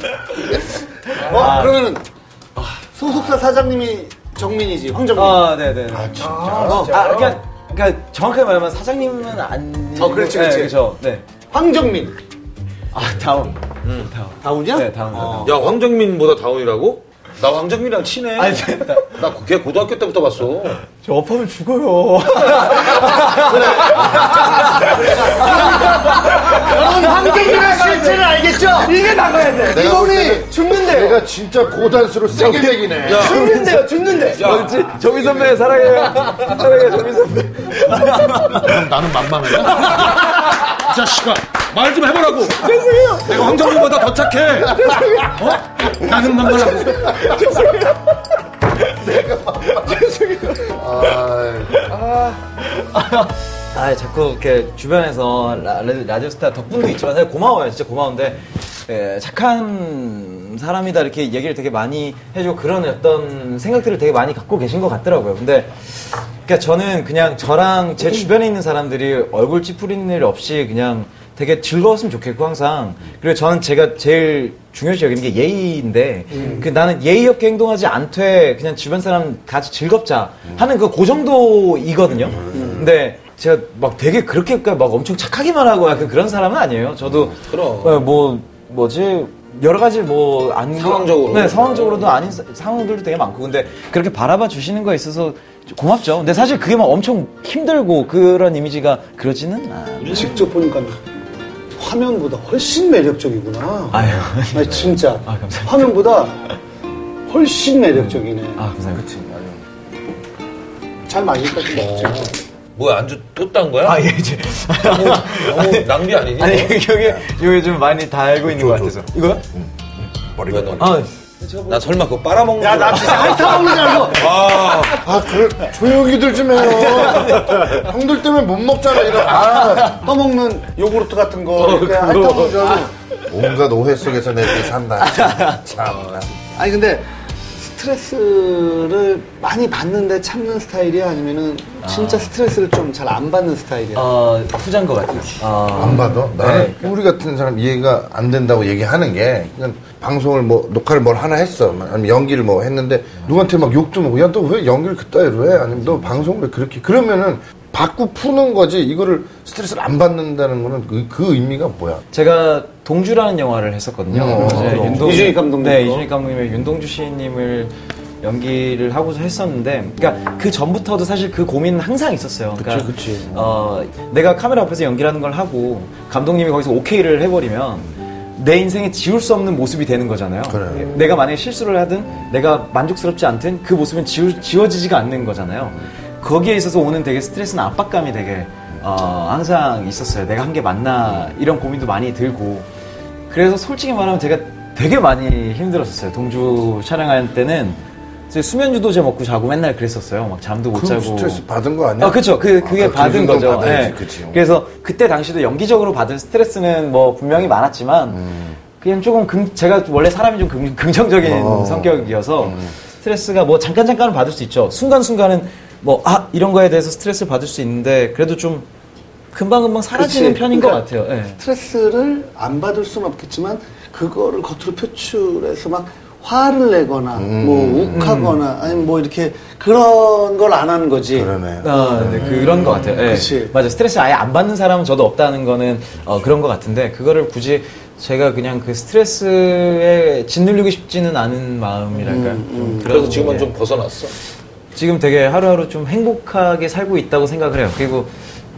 Speaker 2: 진짜. 어, 그러면은, 아, 소속사 사장님이 정민이지, 황정민.
Speaker 1: 아, 네네.
Speaker 3: 아, 진짜.
Speaker 2: 어,
Speaker 1: 아, 그러니까, 그러니까 정확하게 말하면 사장님은 아니.
Speaker 2: 어, 그렇지, 그렇지.
Speaker 1: 네, 그렇죠. 네.
Speaker 2: 황정민.
Speaker 1: 아, 다운.
Speaker 2: 다운이야?
Speaker 1: 네, 다운. 다운.
Speaker 4: 어. 야, 황정민보다 다운이라고?
Speaker 7: 나 왕정민이랑 친해.
Speaker 1: 아니, 진짜.
Speaker 7: 나 걔 고등학교 때부터 봤어.
Speaker 5: 저 업하면 죽어요.
Speaker 6: 황정민의 실체를 알겠죠? 이게 나가야 돼.
Speaker 3: 내가 볼 때는
Speaker 6: 이거는 죽는데요.
Speaker 3: 내가 진짜 고단수로 세게 내기네.
Speaker 6: 죽는데요, 죽는데.
Speaker 1: 뭐지? 정민 선배 사랑해요. 사랑해요, 정민 선배.
Speaker 3: 그럼 나는 만만해.
Speaker 7: 이 자식아, 말 좀 해보라고. 죄송해요. 내가 황정민보다 더 착해. 어? 나는 만만하고.
Speaker 3: 아,
Speaker 1: 아 자꾸 이렇게 주변에서 라, 디오스타 덕분도 있지만 사실 고마워요 진짜 고마운데 에, 착한 사람이다 이렇게 얘기를 되게 많이 해주고 그런 어떤 생각들을 되게 많이 갖고 계신 것 같더라고요 근데 그러니까 저는 그냥 저랑 제 주변에 있는 사람들이 얼굴 찌푸리는 일 없이 그냥 되게 즐거웠으면 좋겠고 항상 그리고 저는 제가 제일 중요시 여기는 게 예의인데 그 나는 예의 없게 행동하지 않되 그냥 주변 사람 같이 즐겁자 하는 그 고 정도이거든요 근데 제가 막 되게 그렇게 그러니까 막 엄청 착하기만 하고 약간 그런 사람은 아니에요 저도
Speaker 7: 그럼.
Speaker 1: 어, 뭐 뭐지 여러 가지 뭐 안,
Speaker 7: 상황적으로.
Speaker 1: 네 상황적으로도 아닌 사- 상황들도 되게 많고 근데 그렇게 바라봐 주시는 거에 있어서 고맙죠 근데 사실 그게 막 엄청 힘들고 그런 이미지가 그러지는 않아요
Speaker 2: 직접 보니까 화면보다 훨씬 매력적이구나.
Speaker 1: 아유.
Speaker 2: 아니, 진짜.
Speaker 1: 감사합니다.
Speaker 2: 화면보다 훨씬 매력적이네.
Speaker 1: 아 감사합니다
Speaker 2: 잘 맞을 것 같아.
Speaker 7: 뭐야, 안주 또 딴 거야?
Speaker 1: 아, 예, 이제.
Speaker 7: 너무, 너무 낭비 아니니?
Speaker 1: 아니, 여기, 여기 좀 많이 다 알고 있는 것 같아서. 이거요?
Speaker 7: 머리가 너무.
Speaker 1: 아,
Speaker 7: 나 설마 그거 빨아먹는 거.
Speaker 3: 아, 그래, 조용히들 좀 해요. 형들 때문에 못 먹잖아, 이런. 아,
Speaker 2: 떠먹는 요구르트 같은 거. 이렇게
Speaker 3: 그거. 온갖 오해 속에서 내 때 산다. 참나.
Speaker 2: 아니 근데 스트레스를 많이 받는데 참는 스타일이야 아니면은 진짜 스트레스를 좀 잘 안 받는 스타일이야?
Speaker 1: 어, 후자인 것 같아요. 어,
Speaker 3: 안 봐도 나는
Speaker 2: 네.
Speaker 3: 우리 같은 사람 이해가 안 된다고 얘기하는 게 그냥 방송을 뭐 녹화를 뭘 하나 했어 아니면 연기를 뭐 했는데 누구한테 막 욕도 먹고 야 너 왜 연기를 그따위로 해 아니면 너 방송을 왜 그렇게 그러면은 받고 푸는 거지 이거를 스트레스를 안 받는다는 거는 그, 그 의미가 뭐야
Speaker 1: 제가 동주라는 영화를 했었거든요.
Speaker 3: 음,
Speaker 1: 이제
Speaker 3: 그럼.
Speaker 2: 이준익 감독님
Speaker 1: 네,
Speaker 2: 거.
Speaker 1: 이준익 감독님의 윤동주 시인님을 연기를 하고서 했었는데, 그러니까 그 전부터도 사실 그 고민은 항상 있었어요. 그러니까 어, 내가 카메라 앞에서 연기라는 걸 하고 감독님이 거기서 오케이를 해버리면. 내 인생에 지울 수 없는 모습이 되는 거잖아요. 예,
Speaker 3: 그래요.
Speaker 1: 내가 만약에 실수를 하든 내가 만족스럽지 않든 그 모습은 지우, 지워지지가 않는 거잖아요. 거기에 있어서 오는 되게 스트레스나 압박감이 되게 어, 항상 있었어요. 내가 한 게 맞나 이런 고민도 많이 들고 그래서 솔직히 말하면 제가 되게 많이 힘들었었어요. 동주 촬영할 때는 이제 수면 유도제 먹고 자고 맨날 그랬었어요. 막 잠도 못
Speaker 3: 그럼
Speaker 1: 자고
Speaker 3: 스트레스 받은 거 아니야?
Speaker 1: 아, 그렇죠. 그
Speaker 3: 아,
Speaker 1: 그게
Speaker 3: 그
Speaker 1: 받은
Speaker 3: 정도
Speaker 1: 거죠.
Speaker 3: 받아야지,
Speaker 1: 예.
Speaker 3: 그치. 어.
Speaker 1: 그래서 그때 당시도 연기적으로 받은 스트레스는 뭐 분명히 많았지만 그냥 조금 긍- 제가 원래 사람이 좀 긍, 긍정적인
Speaker 3: 음. 어.
Speaker 1: 성격이어서 스트레스가 뭐 잠깐 잠깐은 받을 수 있죠. 순간 순간은 뭐 아 이런 거에 대해서 스트레스를 받을 수 있는데 그래도 좀 금방 금방 사라지는
Speaker 2: 그치.
Speaker 1: 편인
Speaker 2: 그러니까
Speaker 1: 것 같아요. 예.
Speaker 2: 스트레스를 안 받을 수는 없겠지만 그거를 겉으로 표출해서 막 화를 내거나
Speaker 3: 음.
Speaker 2: 뭐 욱하거나 아니면 뭐 이렇게 그런 걸 안 하는 거지.
Speaker 3: 그러네
Speaker 1: 아, 네, 그런 것 같아요. 예.
Speaker 2: 그치.
Speaker 1: 맞아. 스트레스 아예 안 받는 사람은 저도 없다는 거는 어, 그런 것 같은데, 그거를 굳이 제가 그냥 그 스트레스에 짓눌리고 싶지는 않은 마음이랄까요. 좀 그런
Speaker 7: 그래서 지금은
Speaker 1: 게.
Speaker 7: 좀 벗어났어.
Speaker 1: 지금 되게 하루하루 좀 행복하게 살고 있다고 생각을 해요. 그리고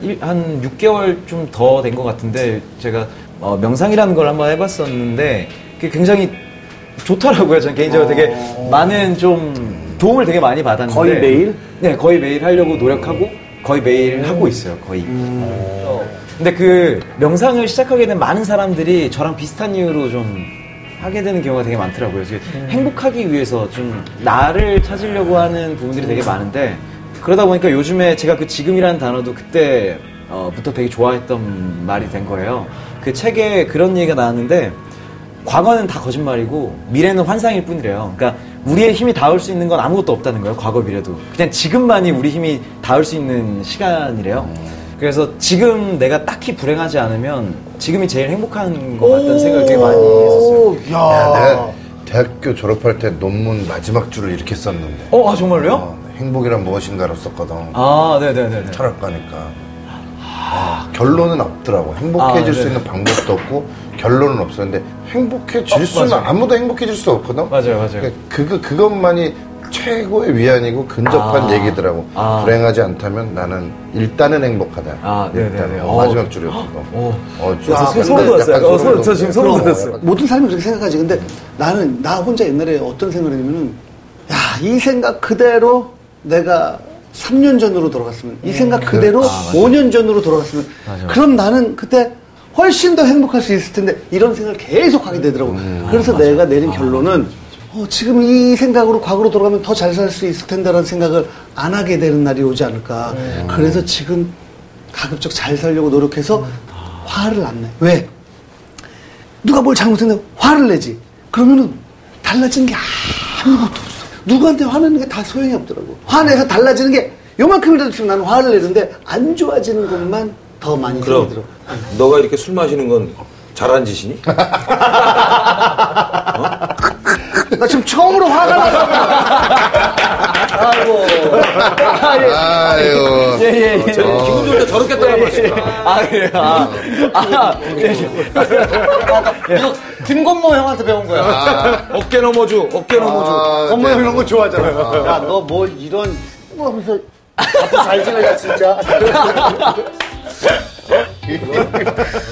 Speaker 1: 일- 한 6개월 좀 더 된 것 같은데 제가 어, 명상이라는 걸 한번 해봤었는데 그게 굉장히 좋더라고요. 저는 개인적으로 되게 많은 좀 도움을 되게 많이 받았는데
Speaker 2: 어. 거의 매일?
Speaker 1: 네, 거의 매일 하려고 노력하고 거의 매일 하고 있어요. 거의.
Speaker 2: 음.
Speaker 1: 어, 근데 그 명상을 시작하게 된 많은 사람들이 저랑 비슷한 이유로 좀 하게 되는 경우가 되게 많더라고요. 이제 행복하기 위해서 좀 나를 찾으려고 하는 부분들이 되게 많은데 그러다 보니까 요즘에 제가 그 지금이라는 단어도 그때 어, 부터 되게 좋아했던 말이 된 거예요. 그 책에 그런 얘기가 나왔는데 과거는 다 거짓말이고 미래는 환상일 뿐이래요. 그러니까 우리의 힘이 닿을 수 있는 건 아무것도 없다는 거예요. 과거 미래도 그냥 지금만이 우리 힘이 닿을 수 있는 시간이래요. 그래서 지금 내가 딱히 불행하지 않으면 지금이 제일 행복한 것 같다는 생각을 되게 많이 했었어요.
Speaker 3: 야, 내가 대학교 졸업할 때 논문 마지막 줄을 이렇게 썼는데
Speaker 1: 어, 아, 정말로요?
Speaker 3: 어, 행복이란 무엇인가로 썼거든
Speaker 1: 아, 네네네네.
Speaker 3: 철학가니까 어, 결론은 없더라고. 행복해질
Speaker 1: 아,
Speaker 3: 수
Speaker 1: 네.
Speaker 3: 있는 방법도 없고 결론은 없었는데 행복해질 수는
Speaker 1: 어, 맞아요.
Speaker 3: 아무도 행복해질 수 없거든.
Speaker 1: 맞아요, 맞아요.
Speaker 3: 그러니까 그거 그것만이 최고의 위안이고 근접한
Speaker 1: 아.
Speaker 3: 얘기더라고.
Speaker 1: 아.
Speaker 3: 불행하지 않다면 나는 일단은 행복하다.
Speaker 1: 아, 네, 네, 네.
Speaker 3: 일단은 어,
Speaker 1: 어.
Speaker 3: 마지막 줄이었어.
Speaker 1: 어.
Speaker 3: 어,
Speaker 1: 저
Speaker 3: 약간
Speaker 1: 소름 돋았어요.
Speaker 3: 약간
Speaker 1: 어,
Speaker 3: 소름
Speaker 1: 소름- 저 지금
Speaker 3: 돋았어요.
Speaker 1: 소름
Speaker 3: 그럼,
Speaker 1: 돋았어요.
Speaker 2: 모든 사람이 그렇게 생각하지. 근데 나는 나 혼자 옛날에 어떤 생각을 했냐면은 야, 이 생각 그대로 내가 3년 전으로 음. 돌아갔으면 이 생각 그대로 5년 전으로 돌아갔으면 그럼 나는 그때 훨씬 더 행복할 수 있을 텐데 이런 생각을 계속 하게 되더라고. 그래서 내가 내린 결론은 어, 지금 이 생각으로 과거로 돌아가면 더 잘 살 수 있을 텐데라는 생각을 안 하게 되는 날이 오지 않을까. 그래서 지금 가급적 잘 살려고 노력해서 화를 안 내. 왜? 누가 뭘 잘못했는데 화를 내지. 그러면은 달라지는 게 아무것도 없어. 누구한테 화내는 게 다 소용이 없더라고. 화내서 달라지는 게 요만큼이라도 지금 나는 화를 내는데 안 좋아지는 것만 더 많이 생기더라고.
Speaker 4: 그럼 너가 이렇게 술 마시는 건 잘한 짓이니?
Speaker 2: 나 그러니까 지금 처음으로 화가 나서
Speaker 6: 아이고.
Speaker 3: 아유.
Speaker 1: 예예예.
Speaker 4: 기분 좋을 때 저렇게 따라 마시니까.
Speaker 1: 아 그래요. 아, 아, 예,
Speaker 6: 이거 김건모 형한테 배운 거야.
Speaker 4: 어깨 넘어줘, 어깨
Speaker 7: 아,
Speaker 4: 넘어줘.
Speaker 6: 건모 형 이런 거 좋아하잖아. 야, 너 뭐 이런 뭐 하면서 앞으로 잘 지내자 진짜.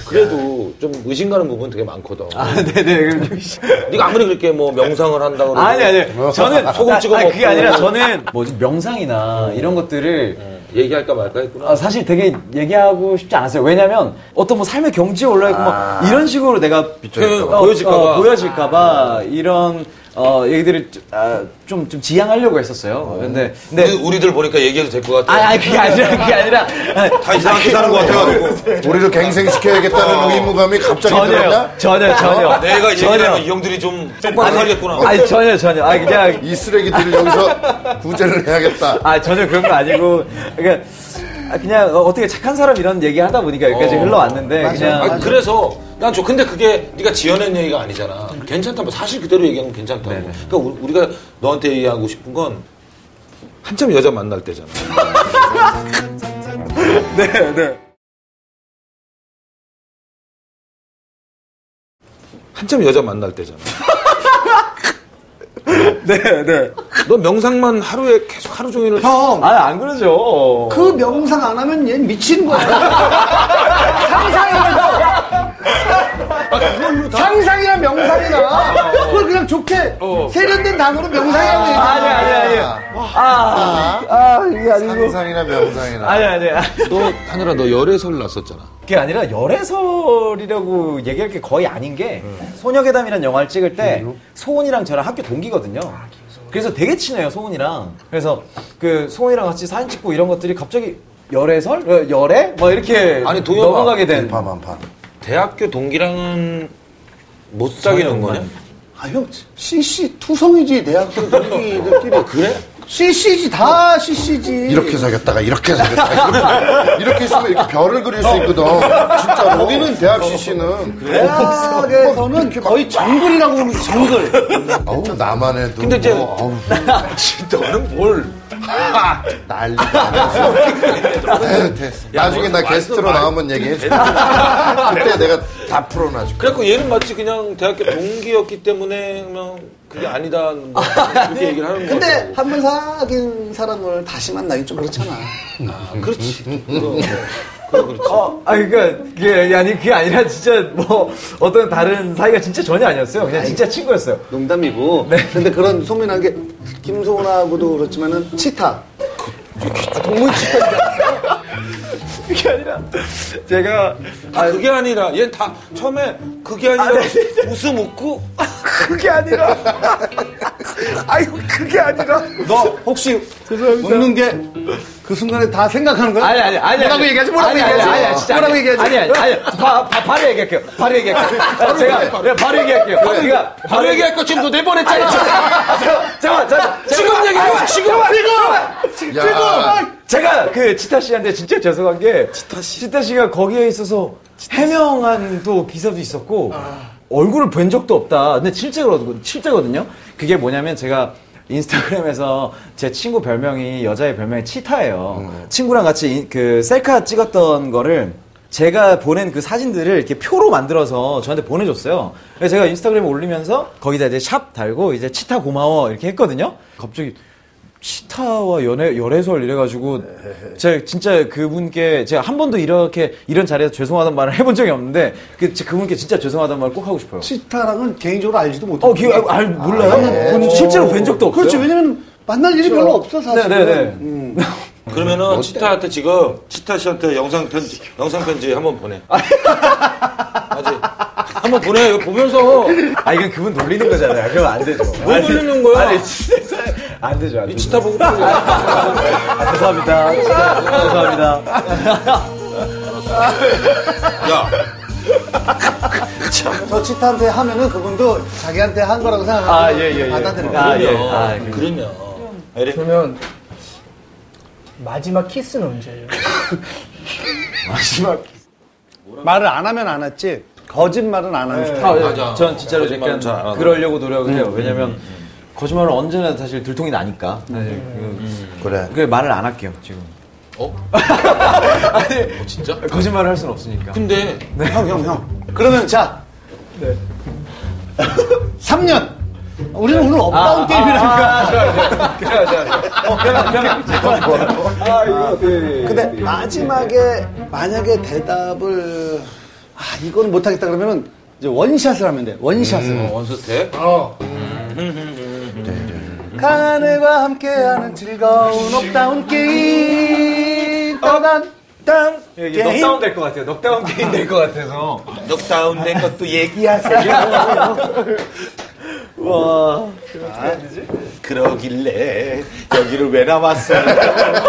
Speaker 4: 그래도 좀 의심가는 부분 되게 많거든.
Speaker 1: 아 네네. 그럼 유기 씨.
Speaker 4: 네가 아무리 그렇게 뭐 명상을 한다 그러고
Speaker 1: 아니 아니. 저는
Speaker 4: 소금 찍어
Speaker 1: 아니, 그게
Speaker 4: 먹고.
Speaker 1: 아니라 저는 뭐지
Speaker 4: 어.
Speaker 1: 명상이나 이런 것들을
Speaker 4: 네. 얘기할까 말까 했구나.
Speaker 1: 아, 사실 되게 얘기하고 싶지 않았어요. 왜냐면 어떤 뭐 삶의 경지에 올라있고 막 이런 식으로 내가
Speaker 4: 아. 비춰있다.
Speaker 1: 어,
Speaker 4: 보여질까봐. 아.
Speaker 1: 어, 보여질까봐 이런 어, 얘기들을 좀, 아, 좀, 좀 지양하려고 했었어요. 근데 근데
Speaker 4: 우리- 우리들 보니까 얘기해도 될 것 같아.
Speaker 1: 네. 아니, 아니 그게 아니라 그게 아니라 아니,
Speaker 4: 다 이상하게 사는 것 같아가지고.
Speaker 3: 우리를 갱생시켜야겠다는 의무감이 갑자기 들었냐?
Speaker 1: 어. 전혀요. 전혀 전혀.
Speaker 4: 내가
Speaker 1: 전혀.
Speaker 4: 얘기하면 이 형들이 좀 똑바로 살겠구나.
Speaker 1: 아니 전혀 전혀. 아니 그냥
Speaker 3: 이 쓰레기들을 여기서 구제를 해야겠다.
Speaker 1: 아 전혀 그런 거 아니고 그러니까 아, 그냥 어, 어떻게 착한 사람 이런 얘기 하다 보니까 여기까지 흘러왔는데 그냥
Speaker 4: 아니, 그래서 난 저 근데 그게 네가 지어낸 얘기가 아니잖아. 괜찮다고 뭐 사실 그대로 얘기하면 괜찮다고. 그러니까 우- 우리가 너한테 얘기하고 싶은 건 한참 여자 만날 때잖아.
Speaker 1: 네 네.
Speaker 4: 한참 여자 만날 때잖아.
Speaker 1: 네 네.
Speaker 4: 너 명상만 하루에 계속 하루 종일을
Speaker 2: 형.
Speaker 1: 아안 그러죠.
Speaker 2: 그 명상 안 하면 얘 미친 거야.
Speaker 1: 아,
Speaker 2: 상상해도 상상이랑 명상이나 그걸 그냥 좋게 세련된 단어로 명상이라고 얘기해.
Speaker 1: 아니 아니 아니. 아. 아, 이게 아니고.
Speaker 3: 상상이나 명상이나.
Speaker 1: 아니 아니.
Speaker 4: 너 하늘아 너 열애설 났었잖아.
Speaker 1: 그게 아니라 열애설이라고 얘기할 게 거의 아닌 게 소녀괴담이라는 영화를 찍을 때 소은이랑 저랑 학교 동기거든요. 그래서 되게 친해요 소은이랑. 그래서 그 소은이랑 같이 사진 찍고 이런 것들이 갑자기 열애설, 어, 열애, 뭐 이렇게
Speaker 4: 아니, 동현아.
Speaker 1: 넘어가게 된.
Speaker 3: 반파 반파.
Speaker 4: 대학교 동기랑은 못 사귀는 거냐?
Speaker 2: 아, 형, CC 투성이지, 대학생 동기들끼리. 그래? CC지, 다 CC지.
Speaker 3: 이렇게 사겼다가 이렇게 사겼다가
Speaker 1: 아,
Speaker 3: 이렇게, 이렇게 있으면 이렇게 별을 그릴 수 있거든. 진짜 거기는 대학 CC는
Speaker 2: 대학에서는 거의 정글이라고 부르지, 정글.
Speaker 3: 어우 나만 해도
Speaker 4: 근데 이제- 아,
Speaker 3: 뭐, 어우
Speaker 4: 너는 뭘?
Speaker 3: 난리가 났어. 됐어. 나중에 나
Speaker 4: 뭐
Speaker 3: 게스트로 나오면 얘기해 줄게. 그때 내가 다 풀어놔줄게.
Speaker 4: 그래갖고 얘는 마치 그냥 대학교 동기였기 때문에 그냥 그게 아니다 뭐 그렇게 얘기를 하는 거야.
Speaker 2: 근데 한 번 사귄 사람을 다시 만나긴 좀 그렇잖아.
Speaker 4: 그렇지. 그거, 그거 그렇지.
Speaker 1: 어, 아 그러니까 그게 아니 그게 아니라 진짜 뭐 어떤 다른 사이가 진짜 전혀 아니었어요. 그냥 진짜 친구였어요.
Speaker 2: 농담이고. 근데 그런 소민한 게, 김소은하고도 그렇지만은, 치타.
Speaker 1: 그게 아니라 제가
Speaker 4: 다 그게 아니라 얘는 다 처음에 그게 아니라 웃음 웃고
Speaker 1: 그게 아니라 아이고 그게 아니라
Speaker 2: 너 혹시 웃는 게 그 순간에 다 생각하는 거야?
Speaker 1: 아니 아니 아니
Speaker 2: 뭐라고
Speaker 1: 아니.
Speaker 2: 얘기하지? 뭐라고
Speaker 1: 아니,
Speaker 2: 얘기하지?
Speaker 1: 아니 아니 진짜
Speaker 2: 뭐라고
Speaker 1: 아니.
Speaker 2: 얘기하지?
Speaker 1: 아니 아니 아니 바, 바, 바로 얘기할게요 바로 얘기할게요 아, 제가 바로, 바로 얘기할게요 그러니까 바로
Speaker 4: 바로 얘기할 거 지금 너네 번 했잖아.
Speaker 1: 잠깐만 잠깐만
Speaker 4: 지금 얘기해 봐. 지금
Speaker 3: 야,
Speaker 1: 제가 그 치타 씨한테 진짜 죄송한 게 치타 씨 치타 씨가 거기에 있어서 해명한 또 기사도 있었고 얼굴을 뵌 적도 없다. 근데 실제거든요. 실제거든요. 그게 뭐냐면 제가 인스타그램에서 제 친구 음. 별명이 여자의 별명이 치타예요. 친구랑 같이 인- 그 셀카 찍었던 거를 제가 보낸 그 사진들을 이렇게 표로 만들어서 저한테 보내줬어요. 그래서 제가 인스타그램에 올리면서 거기다 이제 샵 달고 이제 치타 고마워 이렇게 했거든요. 갑자기 치타와 연애 열애설 이래가지고 제가 진짜 그분께 제가 한 번도 이렇게 이런 자리에서 죄송하다는 말을 해본 적이 없는데 그 그분께 진짜 죄송하다는 말을 꼭 하고 싶어요.
Speaker 2: 치타랑은 개인적으로 알지도 못해.
Speaker 1: 어, 기억, 아, 알- 몰라요? 본- 실제로 뵌 적도 없어요.
Speaker 2: 그렇지. 왜냐면 만날 일이 별로 없어 사실.
Speaker 1: 네네네.
Speaker 4: 그러면은 치타한테 지금 치타 씨한테 영상 편지 영상 편지 한번 보내. 맞지? 한번 보내. 이거 보면서
Speaker 1: 아, 이건 그분 놀리는 거잖아요. 그럼 안 되죠.
Speaker 4: 뭐
Speaker 1: 아니,
Speaker 4: 놀리는 거야?
Speaker 1: 아니, 진짜 안 되죠, 안
Speaker 4: 이
Speaker 1: 되죠.
Speaker 4: 치타 보고 그러는 거야.
Speaker 1: 아, 죄송합니다. 진짜 죄송합니다.
Speaker 4: 야,
Speaker 2: 저 치타한테 하면은 그분도 자기한테 한 거라고 생각하고
Speaker 1: 아, 예, 예, 예.
Speaker 2: 받아들일
Speaker 1: 아,
Speaker 2: 거예요.
Speaker 1: 예.
Speaker 4: 그러면
Speaker 1: 아, 그-
Speaker 4: 그러면 에리
Speaker 5: 그러면 마지막 키스는 언제예요?
Speaker 2: 말을 안 하면 안 했지. 거짓말은 안 하는 스타일.
Speaker 1: 아, 예.
Speaker 4: 맞아.
Speaker 1: 전 진짜로
Speaker 4: 거짓말은
Speaker 1: 약간
Speaker 4: 잘안 음, 하고.
Speaker 1: 그러려고 노력을 해요. 왜냐면 거짓말은 언제나 사실 들통이 나니까.
Speaker 4: 음,
Speaker 1: 네. 음.
Speaker 3: 그래.
Speaker 1: 그래, 말을 안 할게요, 지금.
Speaker 8: 어, 진짜?
Speaker 1: 거짓말을 할 수는 없으니까.
Speaker 8: 근데
Speaker 2: 형, 형, 형. 그러면 자. 3년. 우리는 오늘 업다운 게임이라니까.
Speaker 1: 어, 아, 이거 어떻게.
Speaker 2: 근데 마지막에 만약에 대답을 아 이거는 못하겠다 그러면은 이제 원샷을 하면 돼. 원샷을.
Speaker 1: 음.
Speaker 4: 어,
Speaker 8: 원스텝?
Speaker 2: 카네와 함께하는 즐거운 업다운 게임. 떠난 다운
Speaker 1: 이게
Speaker 2: 게임.
Speaker 1: 어? 예, 넉다운 될 것 같아요. 넉다운 게임 될 것 같아서.
Speaker 4: 넉다운 된 것도 얘기. 아, 그러길래 여기를 왜 나왔어?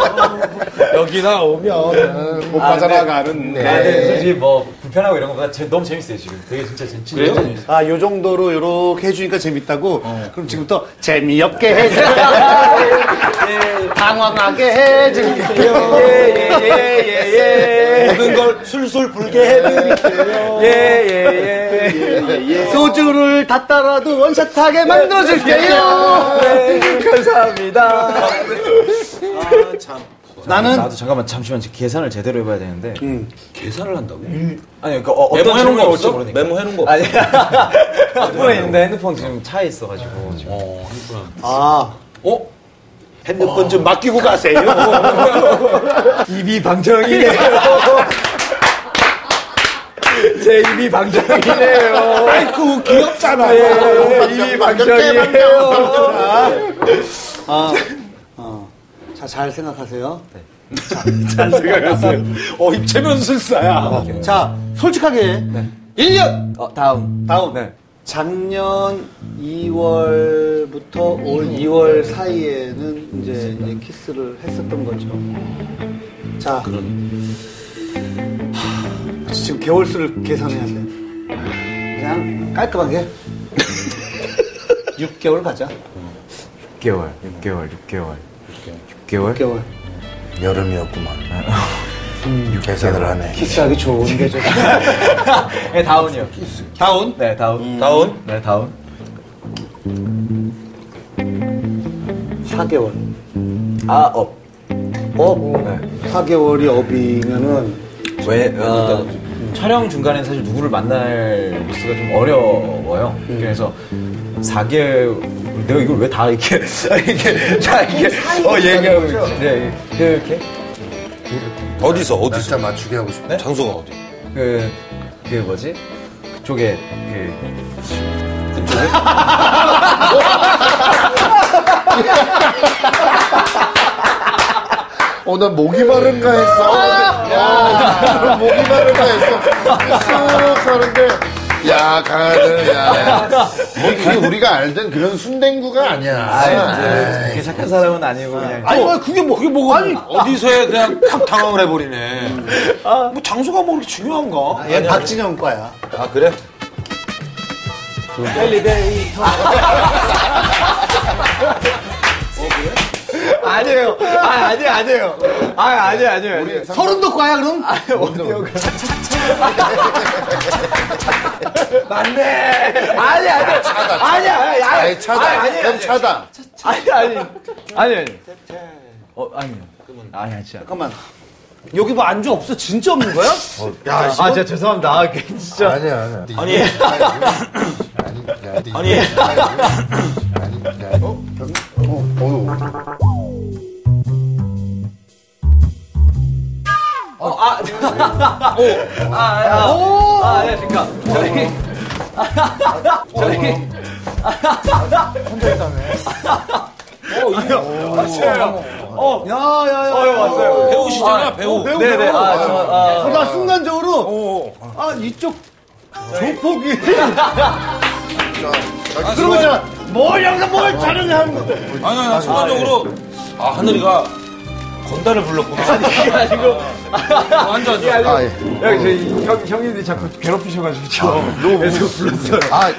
Speaker 8: 여기 나오면
Speaker 3: 못 빠져나가는.
Speaker 1: 아, 근데 솔직히 뭐 불편하고 이런 것보다 제- 너무 재밌어요, 지금. 되게 진짜 재밌- 진짜 재밌어요.
Speaker 2: 아, 요 정도로 요렇게 해주니까 재밌다고?
Speaker 1: 어.
Speaker 2: 그럼 지금부터 재미없게 해줄게. 당황하게 해줄게요.
Speaker 1: 예,
Speaker 4: 모든 걸 네. 술술 불게
Speaker 1: 예,
Speaker 4: 해드릴게요.
Speaker 2: 소주를 다 따라도 원샷하게 만들어줄게요.
Speaker 1: 예. 네,
Speaker 4: 아, 참.
Speaker 1: 나는 나도 잠깐만 잠시만 지금 계산을 제대로 해봐야 되는데
Speaker 4: 계산을 한다고?
Speaker 1: 아니 그 어, 어떤 그러니까. 질문이
Speaker 4: 메모해놓은 거
Speaker 1: 올지
Speaker 4: 음, 없어?
Speaker 1: 모르니까
Speaker 4: 메모해놓은 거 없어?
Speaker 1: 아니 핸드폰에 있는데 핸드폰 지금 차에 있어가지고 지금.
Speaker 2: 아,
Speaker 4: 어? 핸드폰 좀 맡기고 가세요.
Speaker 1: 입이 방정이네요 제 입이 방정이네요
Speaker 4: 아이쿠 귀엽잖아.
Speaker 1: 입이 방정이에요
Speaker 2: 자, 잘 생각하세요.
Speaker 1: 네.
Speaker 4: 잘 생각하세요. 어 입체면 술사야.
Speaker 2: 자, 솔직하게. 1년!
Speaker 1: 아, 네. 어, 다음
Speaker 2: 다음.
Speaker 1: 네.
Speaker 2: 작년 2월부터 올 2월 사이에는 이제, 이제 키스를 했었던 거죠. 자. 하, 지금 개월수를 계산해야 돼. 그냥 깔끔하게. 6개월 가자.
Speaker 1: 6개월 6개월 6개월 6개월 6개월
Speaker 2: 6개월.
Speaker 3: 여름이었구만.
Speaker 9: 음.
Speaker 3: 계산을 하네.
Speaker 2: 키스하기 좋은 게 좀.
Speaker 1: 네 다운이요
Speaker 2: 다운?
Speaker 1: 네 다운
Speaker 4: 음. 다운.
Speaker 1: 네 다운
Speaker 2: 4개월.
Speaker 1: 아업 네.
Speaker 2: 업? 4개월이 업이면은
Speaker 1: 왜, 어, 촬영 중간에 사실 누구를 만날 수가 좀 어려워요.
Speaker 2: 음.
Speaker 1: 그래서 4개월, 내가 이걸 왜 다 이렇게, 이렇게, 다 이렇게, 어, 얘기하고 있지. 네, 이렇게.
Speaker 4: 어디서 어디서
Speaker 3: 날짜 맞추게 하고 싶네.
Speaker 4: 장소가 어디?
Speaker 1: 그, 그 뭐지? 그쪽에, 그,
Speaker 3: 어, 나 목이 마른가 했어.
Speaker 1: 아.
Speaker 3: 야, 목이 마른가 했어. 쑥 하는데. 야, 강아들, 야. 뭐, 그게 우리가 알던 그런 순댕구가 아니야.
Speaker 1: 아, 이제, 그 착한 사람은 아니고, 그냥.
Speaker 4: 아니 뭐 그게 뭐 그게 뭐가 아니 어디서야 그냥 탁 당황을 해버리네. 뭐 장소가 뭐 그렇게 중요한가?
Speaker 2: 아, 얘 박진영 과야.
Speaker 4: 아 그래?
Speaker 1: 아니에요. 아, 아니에요, 아니에요. 아, 아니에요, 아니에요.
Speaker 2: 서른도 과야 그럼?
Speaker 9: 아,
Speaker 1: 아니, 아니, 아니, 아니,
Speaker 3: 아니, 차다.
Speaker 1: 아니, 아니,
Speaker 3: 그럼 차다.
Speaker 1: 아니, 아니. 아니, 아니. 어, 아니요. 아니, 진짜.
Speaker 2: 잠깐만.
Speaker 10: 여기 뭐 안주 없어? 진짜 없는 거야?
Speaker 1: 아 진짜 죄송합니다. 아, 진짜
Speaker 9: 아니야, 아니야.
Speaker 10: 아니,
Speaker 9: 아니. 아니. 어? 어? 어?
Speaker 1: 아, 안녕하십니까. 저희. 저희.
Speaker 2: 어,
Speaker 1: 어,
Speaker 2: 어, 야야야.
Speaker 4: 어, 배우시잖아, 배우.
Speaker 2: 배우
Speaker 1: 예, 네네.
Speaker 2: 배우.
Speaker 1: 아, 저, 아,
Speaker 2: 어, 나 순간적으로 아 이쪽 조폭이
Speaker 4: 아,
Speaker 2: 그러고 있잖아. 뭘 여기서 뭘 자르냐 하는 건데.
Speaker 4: 아니, 아니, 나 순간적으로, 아, 하늘이가 건달을 불렀구나.
Speaker 1: 이게 아니고.
Speaker 4: 완전.
Speaker 1: 이게 아니고.
Speaker 9: 아, 예.
Speaker 1: 야, 저희 형, 형님들이 자꾸 괴롭히셔가지고.
Speaker 9: 아,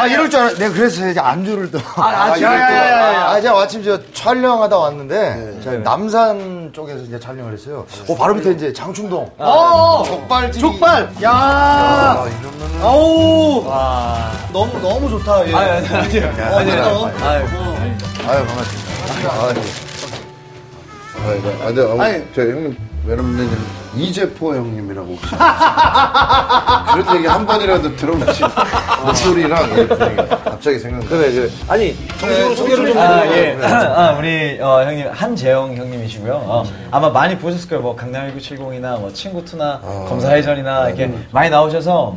Speaker 9: 아, 이럴 줄 알아.
Speaker 2: 네,
Speaker 9: 내가 그래서 이제 안주를 또. 아, 아, 야야야야. 아, 제가 마침 저 촬영하다 왔는데,
Speaker 2: 네.
Speaker 9: 제가 남산 쪽에서 이제 촬영을 했어요. 어, 바로 밑에 이제 장충동.
Speaker 2: 어,
Speaker 9: 족발집이-
Speaker 2: 족발. 야.
Speaker 9: 아, 이러면은.
Speaker 2: 아우. 너무 너무
Speaker 1: 예.
Speaker 2: 좋다. 얘. 어,
Speaker 9: 아유, 반갑습니다. 아, 예. 아, 이거,
Speaker 3: 네.
Speaker 9: 아, 근데, 어,
Speaker 2: 아니.
Speaker 9: 저 형님, 여러분들, 이재포 형님이라고. 혹시 그런 얘기 한 번이라도 들어보신 목소리랑 이렇게 갑자기 생각나. 그래, 그래.
Speaker 1: 아니,
Speaker 9: 정식으로 소개를 좀
Speaker 1: 아, 예. 아, 우리, 어, 형님, 한재영 형님이시고요. 어, 아마 많이 보셨을 거예요. 뭐, 강남1970이나, 뭐, 친구투나, 검사회전이나, 이렇게 많이 나오셔서,